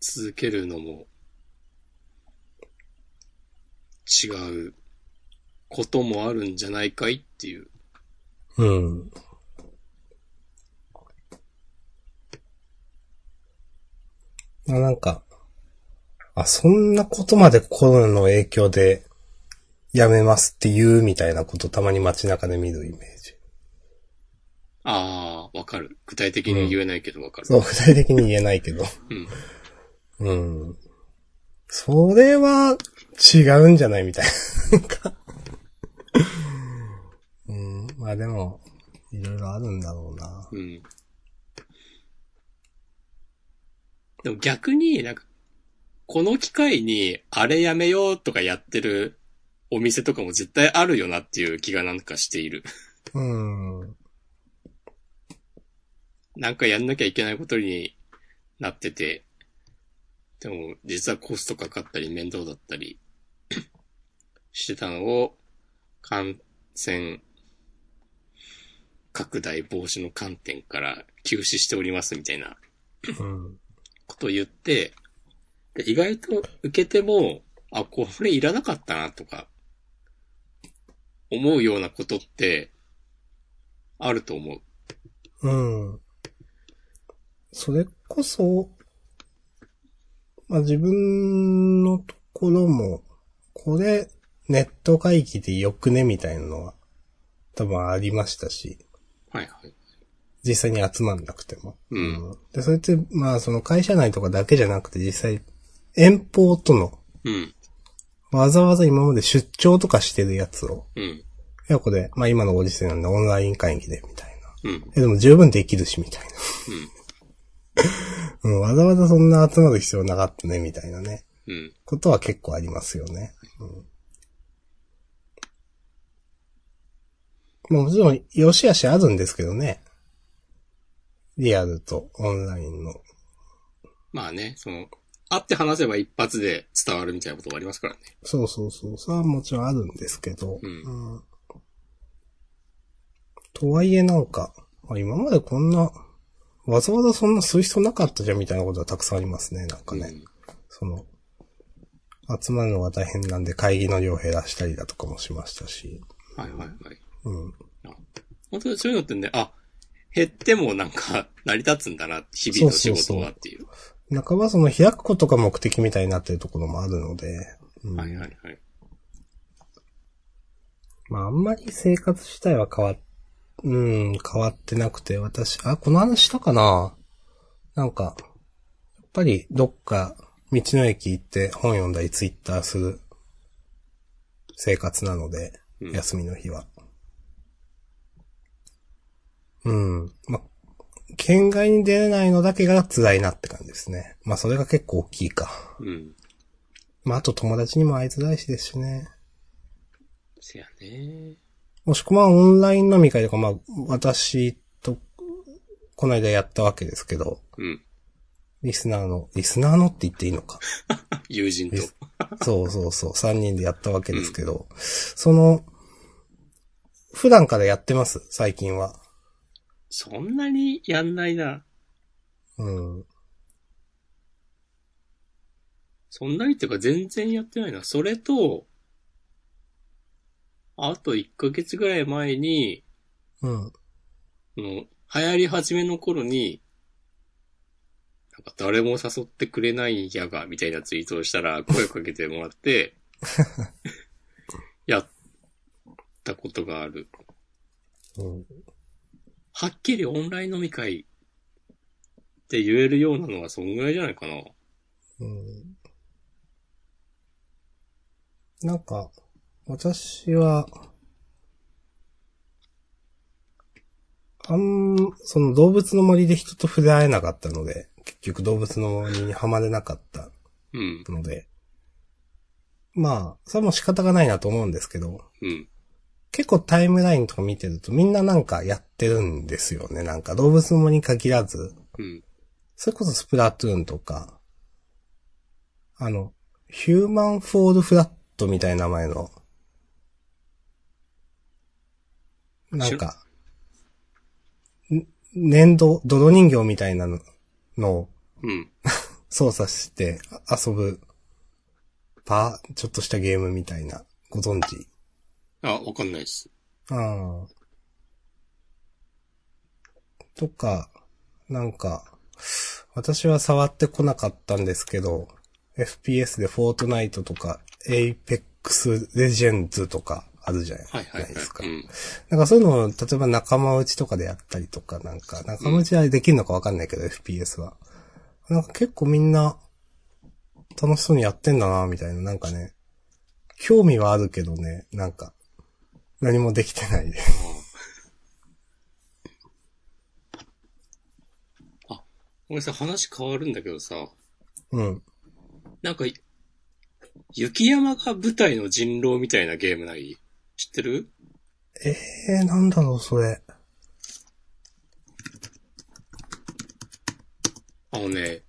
S1: 続けるのも違うこともあるんじゃないかいっていう。
S2: うん。まあなんか、あ、そんなことまでコロナの影響でやめますって言うみたいなことたまに街中で見るイメージ。
S1: ああ、わかる。具体的に言えないけどわかる。
S2: そう、具体的に言えないけど。
S1: うん。
S2: うん。それは違うんじゃないみたいな。なんか。うん。まあでも、いろいろあるんだろうな。
S1: うん。でも逆になんか、この機会にあれやめようとかやってるお店とかも絶対あるよなっていう気がなんかしている。
S2: うん。
S1: なんかやんなきゃいけないことになってて、でも実はコストかかったり面倒だったり してたのを感染拡大防止の観点から休止しておりますみたいな
S2: うん。
S1: ことを言って、で意外と受けても、あ、これいらなかったなとか、思うようなことって、あると思う。
S2: うん。それこそ、まあ自分のところも、これ、ネット回帰でよくねみたいなのは、多分ありましたし、
S1: はいはい。
S2: 実際に集まんなくても。
S1: うん。
S2: で、それって、まあその会社内とかだけじゃなくて実際、遠方との、
S1: うん。
S2: わざわざ今まで出張とかしてるやつを、
S1: うん。
S2: いや、これ、まあ今のご時世なんでオンライン会議で、みたいな。
S1: うん。
S2: え、でも十分できるし、みたいな。 うん、わざわざそんな集まる必要なかったね、みたいなね。
S1: うん。
S2: ことは結構ありますよね。うん。まあもちろん、良し悪しあるんですけどね。リアルとオンラインの。
S1: まあね、その、会って話せば一発で伝わるみたいなことがありますからね。
S2: そうそうそう。それはもちろんあるんですけど。
S1: うん
S2: うんとはいえなんか、あ今までこんな、わざわざそんなする必要なかったじゃんみたいなことはたくさんありますね。なんかね。
S1: うん
S2: その、集まるのが大変なんで会議の量減らしたりだとかもしましたし。
S1: はいはいはい。
S2: うん。
S1: 本当にそういうのってね、あ、減ってもなんか 成り立つんだな、日々の仕事はっていう。
S2: 半ばその開くことが目的みたいになってるところもあるので、うん
S1: はいはいはい。
S2: まああんまり生活自体は変わっ、うん、変わってなくて、私、あ、この話したかななんか、やっぱりどっか道の駅行って本読んだりツイッターする生活なので、
S1: うん
S2: 休みの日は。うん。まあ、県外に出れないのだけが辛いなって感じですね。まあそれが結構大きいか。
S1: うん。
S2: まあ、あと友達にも会いづらいしですしね。
S1: せやね。
S2: もしくはオンライン飲み会とか、まあ、私と、この間やったわけですけど、
S1: うん。
S2: リスナーの、リスナーのって言っていいのか。
S1: 友人と
S2: リ。スそうそうそう、3人でやったわけですけど、その、普段からやってます、最近は。
S1: そんなにやんないな。
S2: うん。
S1: そんなにっていうか全然やってないな。それと、あと1ヶ月ぐらい前に、
S2: うん。
S1: その、流行り始めの頃に、なんか誰も誘ってくれないんやが、みたいなツイートをしたら声をかけてもらって、やったことがある。
S2: うん。
S1: はっきりオンライン飲み会って言えるようなのはそんぐらいじゃないかな。
S2: うん。なんか、私は、あん、その動物の森で人と触れ合えなかったので、結局動物の森にはまれなかった
S1: うん、
S2: ので、まあ、それはもう仕方がないなと思うんですけど、
S1: うん、
S2: 結構タイムラインとか見てるとみんななんかやってるんですよね。なんか動物の森に限らず、
S1: うん、
S2: それこそスプラトゥーンとか、あの、ヒューマンフォールフラットみたいな名前の、なんか、ん粘土、泥人形みたいなののを
S1: うん。
S2: 操作してあ遊ぶ、パー、ちょっとしたゲームみたいな、ご存知
S1: あ、わかんないです。
S2: ああ。とか、なんか、私は触ってこなかったんですけど、FPS でフォートナイトとか、エイペックスレジェンズとかあるじゃない
S1: はいはいはい。
S2: ですか。
S1: うん、
S2: なんかそういうのを、例えば仲間内とかでやったりとか、なんか、仲間内はできるのかわかんないけど、FPS は。なんか結構みんな、楽しそうにやってんだな、みたいな、なんかね、興味はあるけどね、なんか、何もできてないです。
S1: あ、俺さ、話変わるんだけどさ、
S2: うん。
S1: なんか、雪山が舞台の人狼みたいなゲームない知ってる
S2: ええー、なんだろう、それ。
S1: あのね、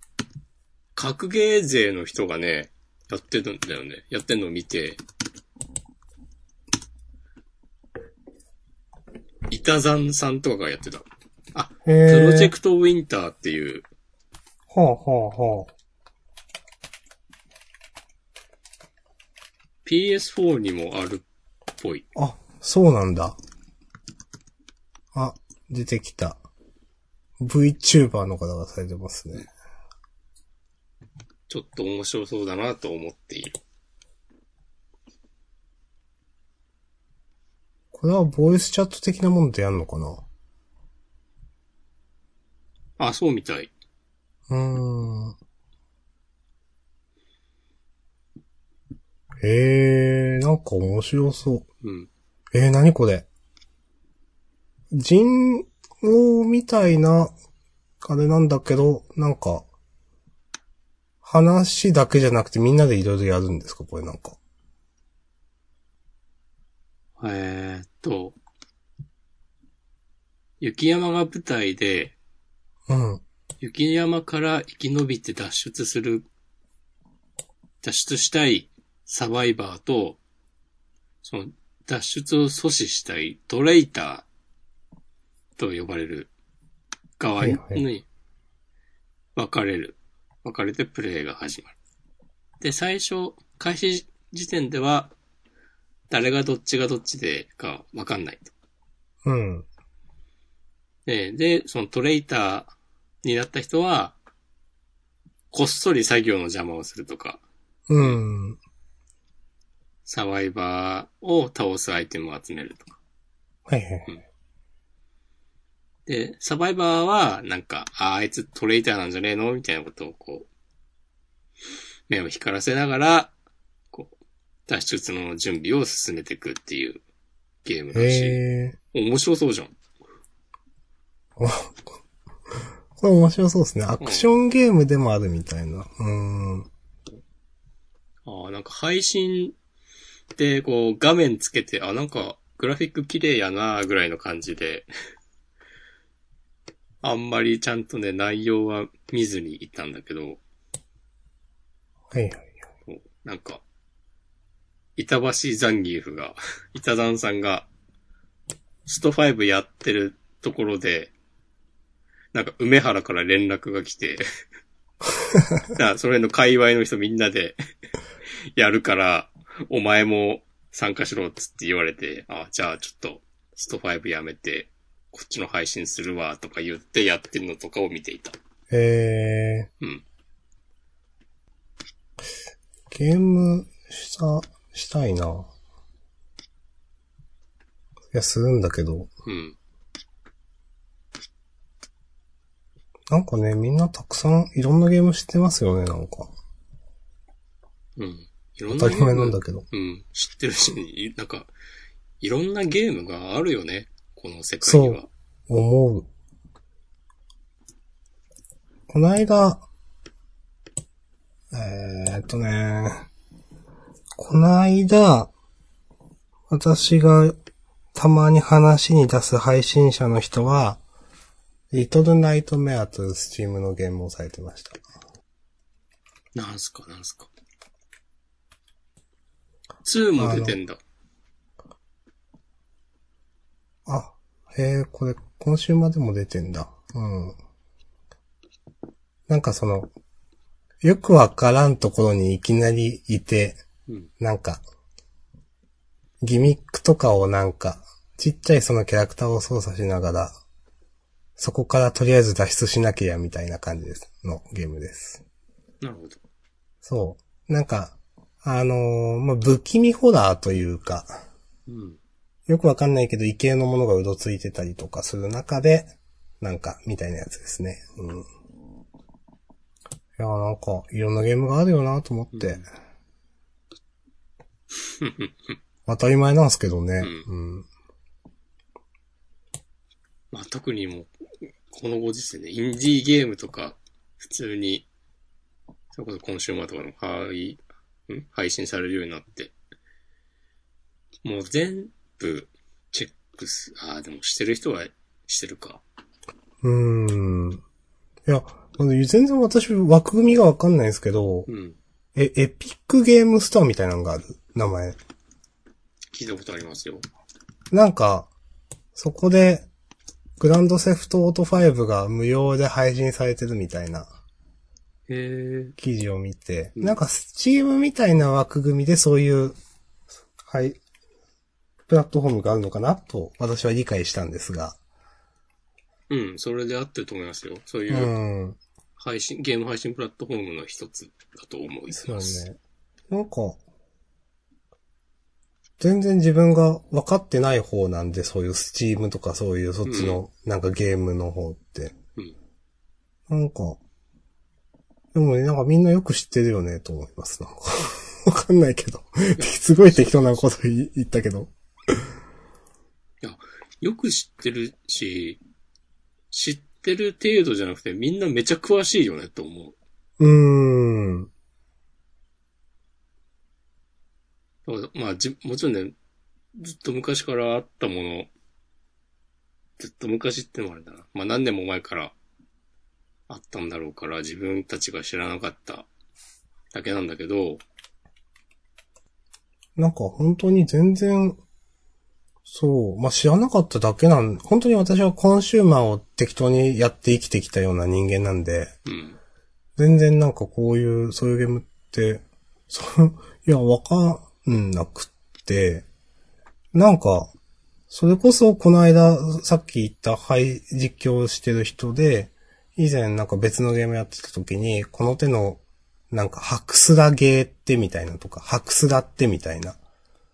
S1: 格ゲー勢の人がね、やってるんだよね。やってんのを見て、イタザンさんとかがやってた。
S2: え
S1: プ
S2: え
S1: ロジェクトウィンターっていう、
S2: ト。はあ、はあ、は
S1: PS4 にもあるっぽい。
S2: あ。あ、そうなんだ。あ、出てきた。VTuber の方がされてますね。
S1: ちちょっと面白そうだなと思っている。
S2: これはボイスチャット的なものでやんのかな
S1: あ、そうみたい。
S2: うーん。えー、なんか面白そう。
S1: うん。
S2: えー、何これ人王みたいな、あれなんだけど、なんか、話だけじゃなくてみんなでいろいろやるんですかこれなんか。
S1: えーっと、雪山が舞台で、
S2: うん。
S1: 雪山から生き延びて脱出する、脱出したいサバイバーと、その脱出を阻止したいトレイターと呼ばれる側に
S2: はいは
S1: 分かれる。分かれてプレイが始まる。で、最初、開始時点では、誰がどっちがどっちでか分かんないと。
S2: うん。
S1: で、で、そのトレイターになった人は、こっそり作業の邪魔をするとか、
S2: うん。
S1: サバイバーを倒すアイテムを集めるとか。
S2: はいはい。
S1: で、サバイバーは、なんか、あ、あいつトレイターなんじゃねえのみたいなことをこう、目を光らせながら、こう、脱出の準備を進めていくっていうゲームらし
S2: えー。
S1: い。面白そうじゃん。
S2: これ面白そうですね。アクションゲームでもあるみたいな。うん。
S1: ああ、なんか配信でこう画面つけて、あ、なんかグラフィック綺麗やなぐらいの感じで、 あんまりちゃんとね、内容は見ずにいたんだけど、
S2: はいはい。
S1: こうなんか、板橋ザンギーフが、 板ザンさんが、スト5やってるところで、なんか梅原から連絡が来 て、だからそれの界隈の人みんなでやるから、お前も参加しろっつって言われて、あ、じゃあちょっと、スト5やめて、こっちの配信するわとか言ってやってるのとかを見ていた。
S2: え
S1: うん。
S2: ー、ゲームした、したいな。いや、するんだけど。
S1: うん。
S2: なんかね、みんなたくさんいろんなゲーム知ってますよね、なんか。
S1: うん。いろん
S2: 当たり前なんだ
S1: けど
S2: けど。
S1: うん、知ってるし、いなんか、いろんなゲームがあるよね。この世界には。
S2: 思う。この間、えー、っとね、この間、私がたまに話に出す配信者の人は、リトルナイトメアというスチームのゲームをされてました。
S1: なんすか、なんすか。2も出てんだ。
S2: あ、へえ、これ、今週までも出てんだ。うん。なんかその、よくわからんところにいきなりいて、
S1: うん
S2: なんか、ギミックとかをなんか、ちっちゃいそのキャラクターを操作しながら、そこからとりあえず脱出しなきゃみたいな感じです。のゲームです。
S1: なるほど。
S2: そう。なんか、あのーまあ、不気味ホラーというか、
S1: うん。
S2: よくわかんないけど、異形のものがうろついてたりとかする中で、なんか、みたいなやつですね。うん。いやー、なんか、いろんなゲームがあるよなと思って。
S1: うん
S2: 当たり前なんですけどね。
S1: う
S2: うん。
S1: まあ、特にもう、このご時世ね、インディーゲームとか、普通に、それこそコンシューマーとかの配、ん配信されるようになって、もう全部チェックす、ああ、でもしてる人はしてるか。
S2: うん。いや、全然私、枠組みがわかんないですけど
S1: う、ん。
S2: え、エピックゲームストアみたいなのがある名前。
S1: 聞いたことありますよ。
S2: なんか、そこで、グランドセフトオート5が無料で配信されてるみたいな
S1: へえ。
S2: 記事を見て、
S1: うん
S2: なんかスチームみたいな枠組みでそういう、はい、プラットフォームがあるのかなと私は理解したんですが、
S1: うん、それで合ってると思いますよ。そう
S2: う
S1: いう、
S2: ん。
S1: 配信、ゲーム配信プラットフォームの一つだと思います。
S2: そうね。なんか、全然自分が分かってない方なんで、そういうスチームとかそういうそっちの、なんかゲームの方って。
S1: うん
S2: なんか、でもね、なんかみんなよく知ってるよね、と思います。なんか、 わかんないけ ど。すごい適当なこと言い言ったけど。
S1: よく知ってるし、知ってる程度じゃなくてみんなめちゃ詳しいよねと思
S2: うーん。
S1: う。だからまあじ、もちろんね、ずっと昔からあったもの、ずっと昔ってのもあれだな。まあ何年も前からあったんだろうから自分たちが知らなかっただけなんだけど、
S2: なんか本当に全然、そう、まあ、知らなかっただけなん、本当に私はコンシューマーを適当にやって生きてきたような人間なんで、
S1: うん。
S2: 全然なんかこういう、そういうゲームって、そう、いや、わかんなくって、なんか、それこそこの間、さっき言った配実況してる人で、以前なんか別のゲームやってた時に、この手の、なんか、ハクスラゲーってみたいなとか、ハクスラってみたいな、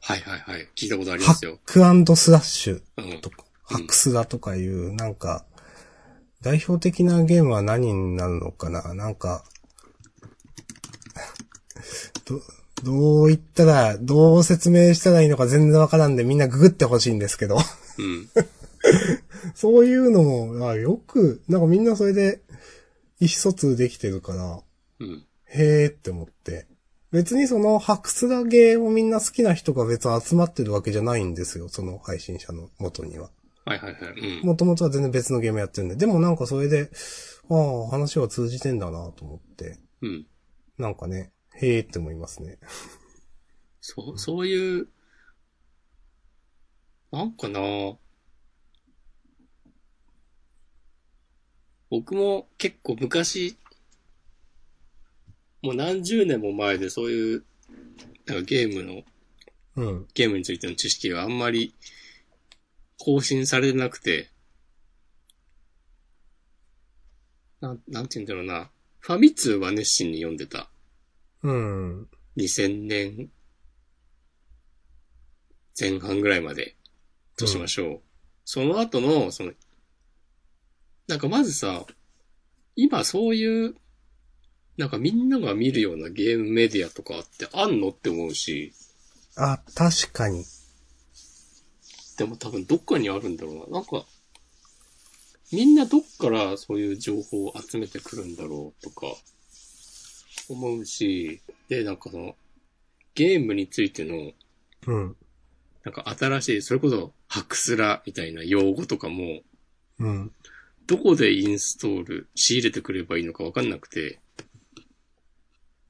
S1: はいはいはい。聞いたことありま
S2: ハ
S1: すよ
S2: ッ。クスラッシュ
S1: うん。
S2: とか、ハックスだとかいう、なんか、代表的なゲームは何になるのかななんか、ど、どう言ったら、どう説明したらいいのか全然わからんで、みんなググってほしいんですけど、
S1: うん。
S2: そういうのも、あよく、なんかみんなそれで、意思疎通できてるから、
S1: うん。
S2: へーって思って。別にその、白クスラゲーをみんな好きな人が別に集まってるわけじゃないんですよ、その配信者の元には。
S1: はいはいはい。うん。
S2: もともとは全然別のゲームやってるんで。でもなんかそれで、ああ、話は通じてんだなと思って。
S1: うん。
S2: なんかね、へーって思いますね。
S1: そう、そういう、なんかな僕も結構昔、もう何十年も前でそういう、なんかゲームの、
S2: うん。
S1: ゲームについての知識があんまり更新されてなくて、なん、なんて言うんだろうな。ファミ通は熱心に読んでた。
S2: うん。
S1: 2000年前半ぐらいまでとしましょう。その後の、その、なんかまずさ、今そういう、なんかみんなが見るようなゲームメディアとかってあんのって思うし、
S2: あ、確かに。
S1: でも多分どっかにあるんだろうな。なんか、みんなどっからそういう情報を集めてくるんだろうとか、思うし、で、なんかその、ゲームについての、
S2: うん。
S1: なんか新しい、それこそ、ハクスラみたいな用語とかも、
S2: うん。
S1: どこでインストール、仕入れてくればいいのかわかんなくて、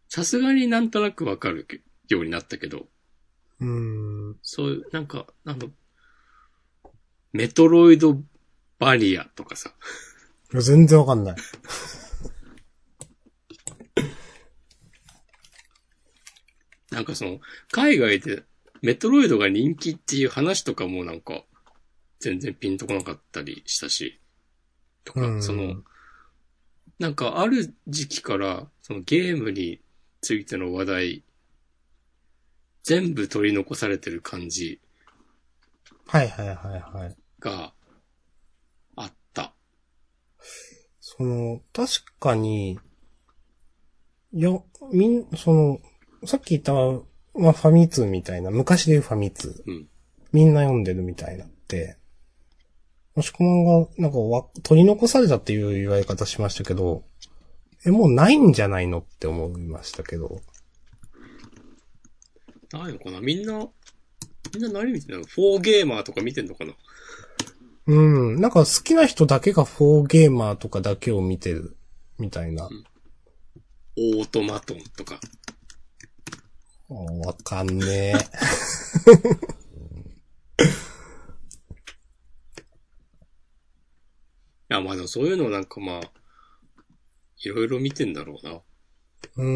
S1: さすがになんとなくわかるようになったけど、
S2: うん。
S1: そういう、なんか、なんだ、メトロイドバリアとかさ、
S2: いや全然わかんない。
S1: なんかその、海外でメトロイドが人気っていう話とかもなんか、全然ピンとこなかったりしたし、とか、
S2: うん
S1: その、なんかある時期から、そのゲームについての話題、全部取り残されてる感じ
S2: はいはいはいはい。
S1: があった。
S2: その、確かに、いや、みん、その、さっき言った、まあ、ファミ通みたいな、昔で言うファミ通。
S1: うん
S2: みんな読んでるみたいなって、もしこまんが、なんかわ、取り残されたっていう言われ方しましたけど、え、もうないんじゃないのって思いましたけど。
S1: ないのかなみんな、みんな何見てんのフォーゲーマーとか見てんのかな
S2: うん、なんか好きな人だけが4ゲーマーとかだけを見てる、みたいな。
S1: オートマトンとか。
S2: あわかんねえ。
S1: いや、まあでもそういうのをなんかまあ、いろいろ見てんだろうな。
S2: う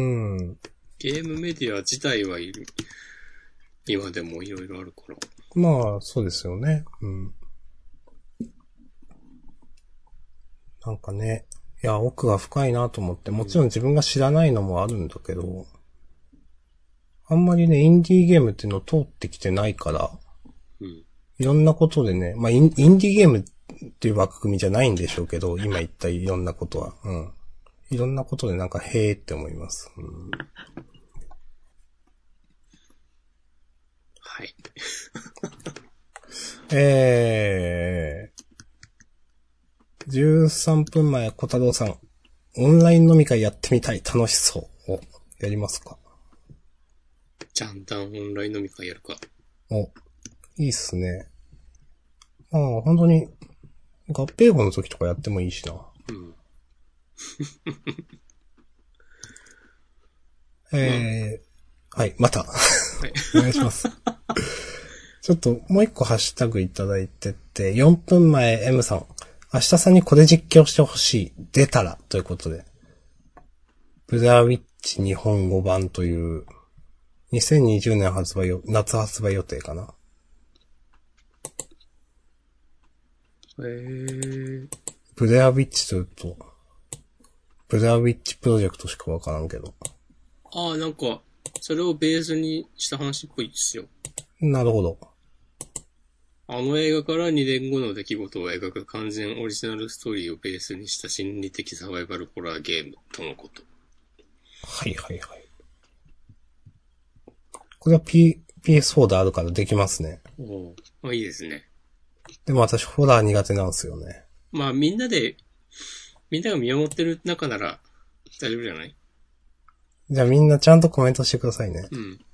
S2: ん。
S1: ゲームメディア自体はいる。今でもいろいろあるから。
S2: まあ、そうですよね。うん。なんかね、いや、奥が深いなと思って、もちろん自分が知らないのもあるんだけど、あんまりね、インディーゲームっていうのを通ってきてないから、
S1: うん。
S2: いろんなことでね、まあイン、インディーゲームっていう枠組みじゃないんでしょうけど、今言ったいろんなことは。うん。いろんなことでなんか、へーって思います。うん
S1: はい。
S2: えー、13分前、小太郎さん。オンライン飲み会やってみたい。楽しそう。お、やりますか。
S1: ジャンダンオンライン飲み会やるか。
S2: お、いいっすね。まあ、本当に、合併号の時とかやってもいいしな。
S1: うん。
S2: えー、はい、また。
S1: い
S2: お願いします。ちょっと、もう一個ハッシュタグいただいてて、4分前 M さん。明日さんにこれ実況してほしい。出たら、ということで。ブザーウィッチ日本語版という、2020年発売よ、夏発売予定かな。
S1: えー、
S2: ブレアウィッチというと、ブレアウィッチプロジェクトしかわからんけど。
S1: ああ、なんか、それをベースにした話っぽいですよ。
S2: なるほど。
S1: あの映画から2年後の出来事を描く完全オリジナルストーリーをベースにした心理的サバイバルホラーゲームとのこと。
S2: はいはいはい。これは P、PS4 であるからできますね。
S1: おおー。まあいいですね。
S2: でも私ホラー苦手なんですよね。
S1: まあみんなで、みんなが見守ってる中なら大丈夫じゃない
S2: じゃあみんなちゃんとコメントしてくださいね。
S1: うん。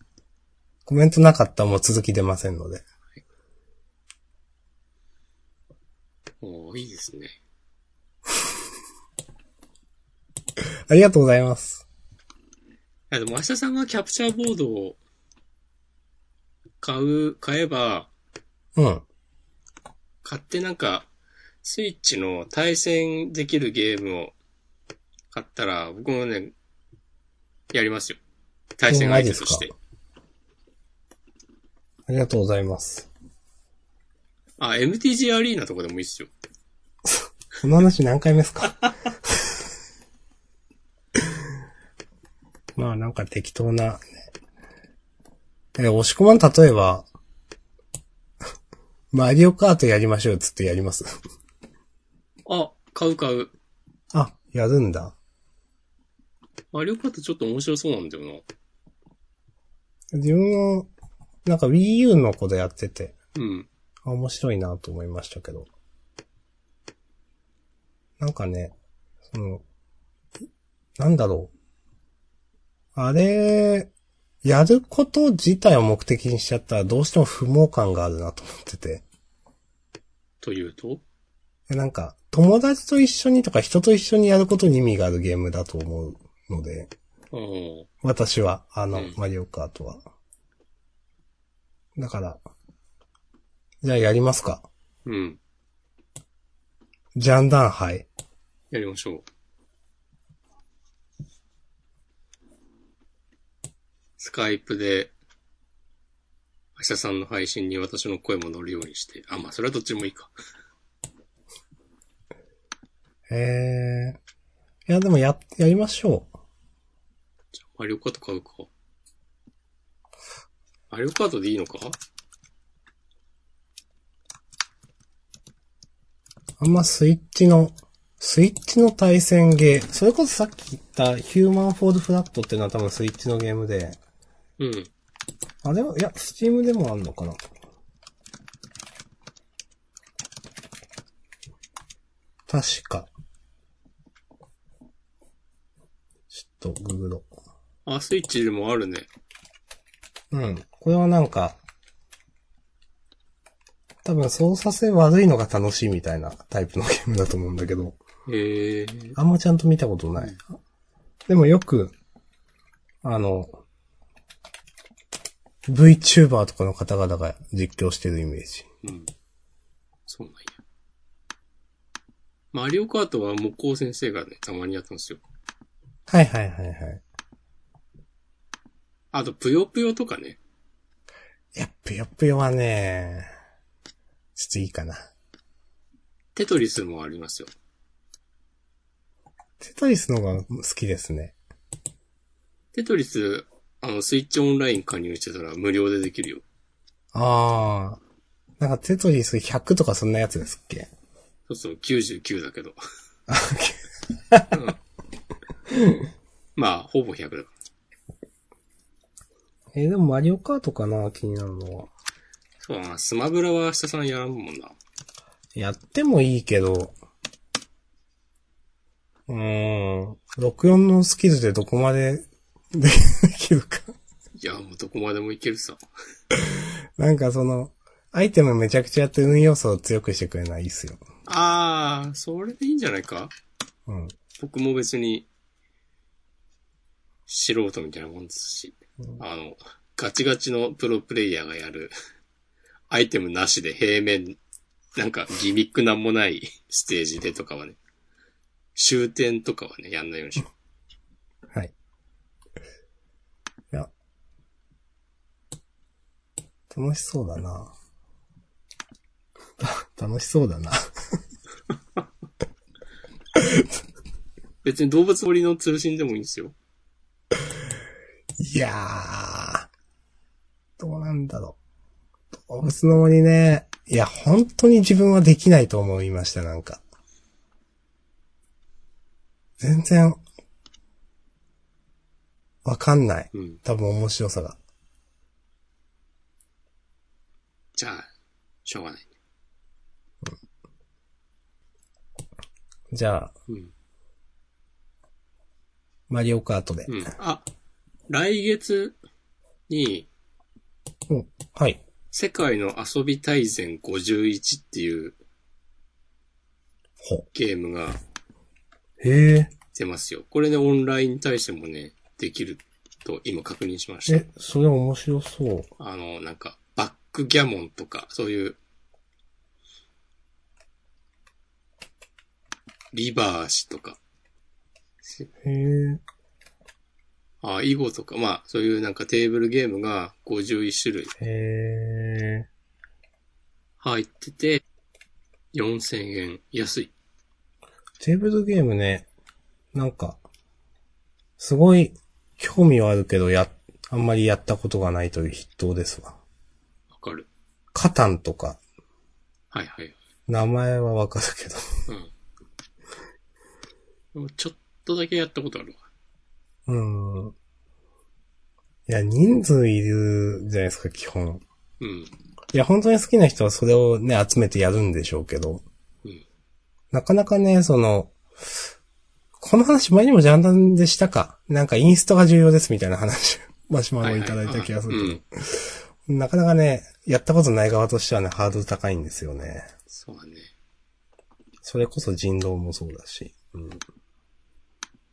S2: コメントなかったらもう続き出ませんので。
S1: おおいいですね。
S2: ありがとうございます。
S1: あでも、明日さんがキャプチャーボードを買う、買えば、
S2: うん。
S1: 買ってなんか、スイッチの対戦できるゲームを買ったら、僕もね、やりますよ。対戦相手として
S2: お。ありがとうございます。
S1: あ、MTG アリーナとかでもいいっすよ。
S2: この話何回目ですか まあなんか適当な、ね。え、押し込まん例えば、 マリオカートやりましょうっつってやります。
S1: あ、買う買う。
S2: あ、やるんだ。
S1: マリオカートちょっと面白そうなんだよな。
S2: 自分も、なんか Wii U の子でやってて、
S1: うん。
S2: あ面白いなと思いましたけど。なんかね、その、なんだろう。あれ、やること自体を目的にしちゃったらどうしても不毛感があるなと思ってて。
S1: というと
S2: でなんか、友達と一緒にとか人と一緒にやることに意味があるゲームだと思うので。
S1: うん。
S2: 私は、あの、
S1: うん
S2: マリオカートは。だから、じゃあやりますか。
S1: うん。
S2: ジャンダン杯。
S1: やりましょう。スカイプで、明日さんの配信に私の声も乗るようにして。あ、まあ、それはどっちもいいか。
S2: えー。いや、でもや、やりましょう。
S1: じゃあマリオカート買うか。マリオカートでいいのか
S2: あんまスイッチの、スイッチの対戦ゲー、それこそさっき言ったヒューマンフォールフラットっていうのは多分スイッチのゲームで、
S1: うん。
S2: あれは、いや、スチームでもあんのかな。確か。ちょっと、ググろ
S1: あ、スイッチでもあるね。
S2: う。うん。これはなんか、多分操作性悪いのが楽しいみたいなタイプのゲームだと思うんだけど、
S1: へえー。
S2: あんまちゃんと見たことない。でもよく、あの、VTuber とかの方々が実況してるイメージ。
S1: うん。そうなんや。マリオカートは木工先生がね、たまにやったんですよ。
S2: はいはいはいはい。
S1: あと、ぷよぷよとかね。
S2: いや、ぷよぷよはね、ちょっといいかな。
S1: テトリスもありますよ。
S2: テトリスの方が好きですね。
S1: テトリス、あの、スイッチオンライン加入してたら無料でできるよ。
S2: ああ。なんかテトリス100とかそんなやつですっけ
S1: そうそう、99だけど。うんまあ、ほぼ100だから。
S2: えーでもマリオカートかな気になるのは。
S1: そうだな、スマブラは明日さんやらんもんな。
S2: やってもいいけど、うーん、64のスキルでどこまで できるか。
S1: いや、もうどこまでもいけるさ。
S2: なんかその、アイテムめちゃくちゃやって運要素を強くしてくれないいいっすよ。
S1: あー、それでいいんじゃないか
S2: うん。
S1: 僕も別に、素人みたいなもんですし、あの、ガチガチのプロプレイヤーがやる、アイテムなしで平面、なんかギミックなんもないステージでとかはね、終点とかはね、やんないようにしよう。
S2: はい。いや。楽しそうだな。 た楽しそうだな。
S1: 別に動物森の通信でもいいんですよ。
S2: いやー。どうなんだろう。動物の森ね。いや、本当に自分はできないと思いました、なんか。全然、わかんない。
S1: うん。
S2: 多分面白さが。
S1: じゃあ、しょうがない。
S2: じゃあ、
S1: うん。
S2: マリオカートで。
S1: うん。あ、来月に、
S2: うん、はい。
S1: 世界の遊び大全51っていう
S2: ほ。
S1: ゲームが
S2: へえ。
S1: 出ますよ。これね、オンライン対戦もね、できると今確認しました
S2: え。、それ面白そう。
S1: あの、なんか、バックギャモンとか、そういう、リバーシとか、
S2: へえ。
S1: あ、囲碁とか、まあ、そういうなんかテーブルゲームが51種類
S2: へえ。
S1: 入ってて、4000円安い。
S2: テーブルゲームね、なんか、すごい興味はあるけど、や、あんまりやったことがないという筆頭ですわ。
S1: わかる。
S2: カタンとか、
S1: はいはい。
S2: 名前はわかるけど。
S1: うん。ちょっとだけやったことあるわ。
S2: うーん。いや、人数いるじゃないですか、基本。
S1: うん。
S2: いや、本当に好きな人はそれをね、集めてやるんでしょうけど。
S1: うん
S2: なかなかね、その、この話前にもジャンダンでしたか。なんかインストが重要ですみたいな話、マシュマロをいただいた気がするけど。
S1: うん。
S2: なかなかね、やったことない側としてはね、ハードル高いんですよね。
S1: そうだね。
S2: それこそ人狼もそうだし。うん、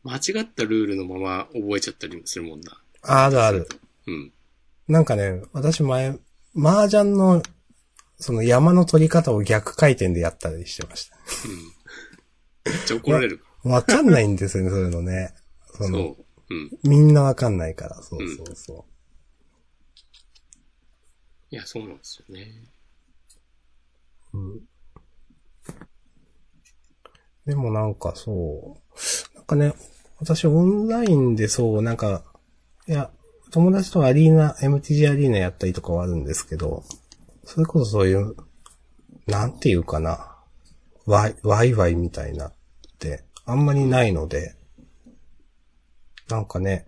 S1: 間違ったルールのまま覚えちゃったりもするもんな。
S2: あるある。
S1: うん。
S2: なんかね、私前、麻雀の、その山の取り方を逆回転でやったりしてました。
S1: めっちゃ怒られる。
S2: わかんないんですよね、そういうのね。その
S1: そう。うん。
S2: みんなわかんないから、そうそうそう。
S1: いや、そうなんですよね。
S2: でもなんかそう、なんかね、私オンラインでそう、なんか、いや、友達とアリーナ、MTG アリーナやったりとかはあるんですけど、それこそそういう、なんていうかな、ワイ、ワイワイみたいなって、あんまりないので、なんかね、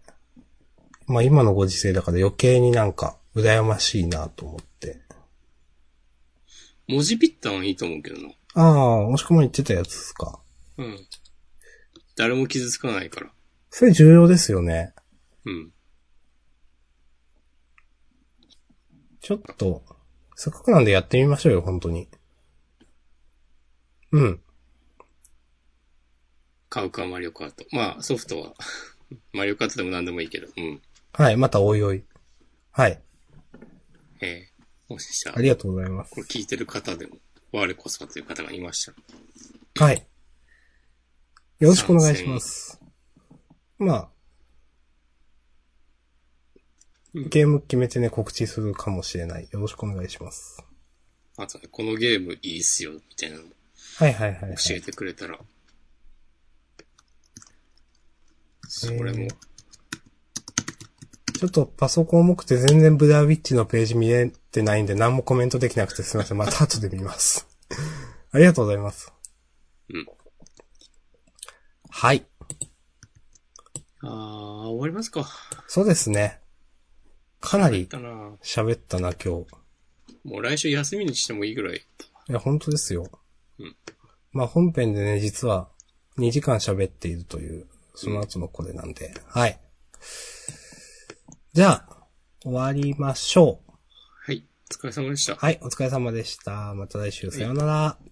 S2: まあ今のご時世だから余計になんか、羨ましいなと思って。
S1: 文字ピッタンいいと思うけどな。
S2: ああ、もしくも言ってたやつですか。
S1: うん。誰も傷つかないから。
S2: それ重要ですよね。
S1: うん。
S2: ちょっと、せっかくなんでやってみましょうよ、本当に。うん。
S1: 買うか、マリオカート。まあ、ソフトは。 マリオカートでも何でもいいけど。うん。
S2: はい、またおいおい。はい、
S1: えー、もしした
S2: あ
S1: ら、
S2: りがとうございます。
S1: これ聞いてる方でも、我こそはという方がいましたら。
S2: はい。よろしくお願いします。ま
S1: う
S2: あ、
S1: ん
S2: ゲーム決めてね、告知するかもしれない。よろしくお願いします。
S1: あとね、このゲームいいっすよ、みたいなのも
S2: はいはいはい、はい。
S1: 教えてくれたら、それも。
S2: ちょっとパソコン重くて全然ブダーウィッチのページ見れてないんで何もコメントできなくてすみません。また後で見ます。 ありがとうございます。
S1: うん。
S2: はい。
S1: あー、終わりますか。
S2: そうですね。かなり
S1: だな
S2: 喋ったな、今日。
S1: もう来週休みにしてもいいぐらい。
S2: いや、本当ですよ。
S1: うん
S2: まあ本編でね、実は2時間喋っているという、その後のこれなんで。はい。じゃあ、終わりましょう。
S1: はい。お疲れ様でした。
S2: はい、お疲れ様でした。また来週、さようなら。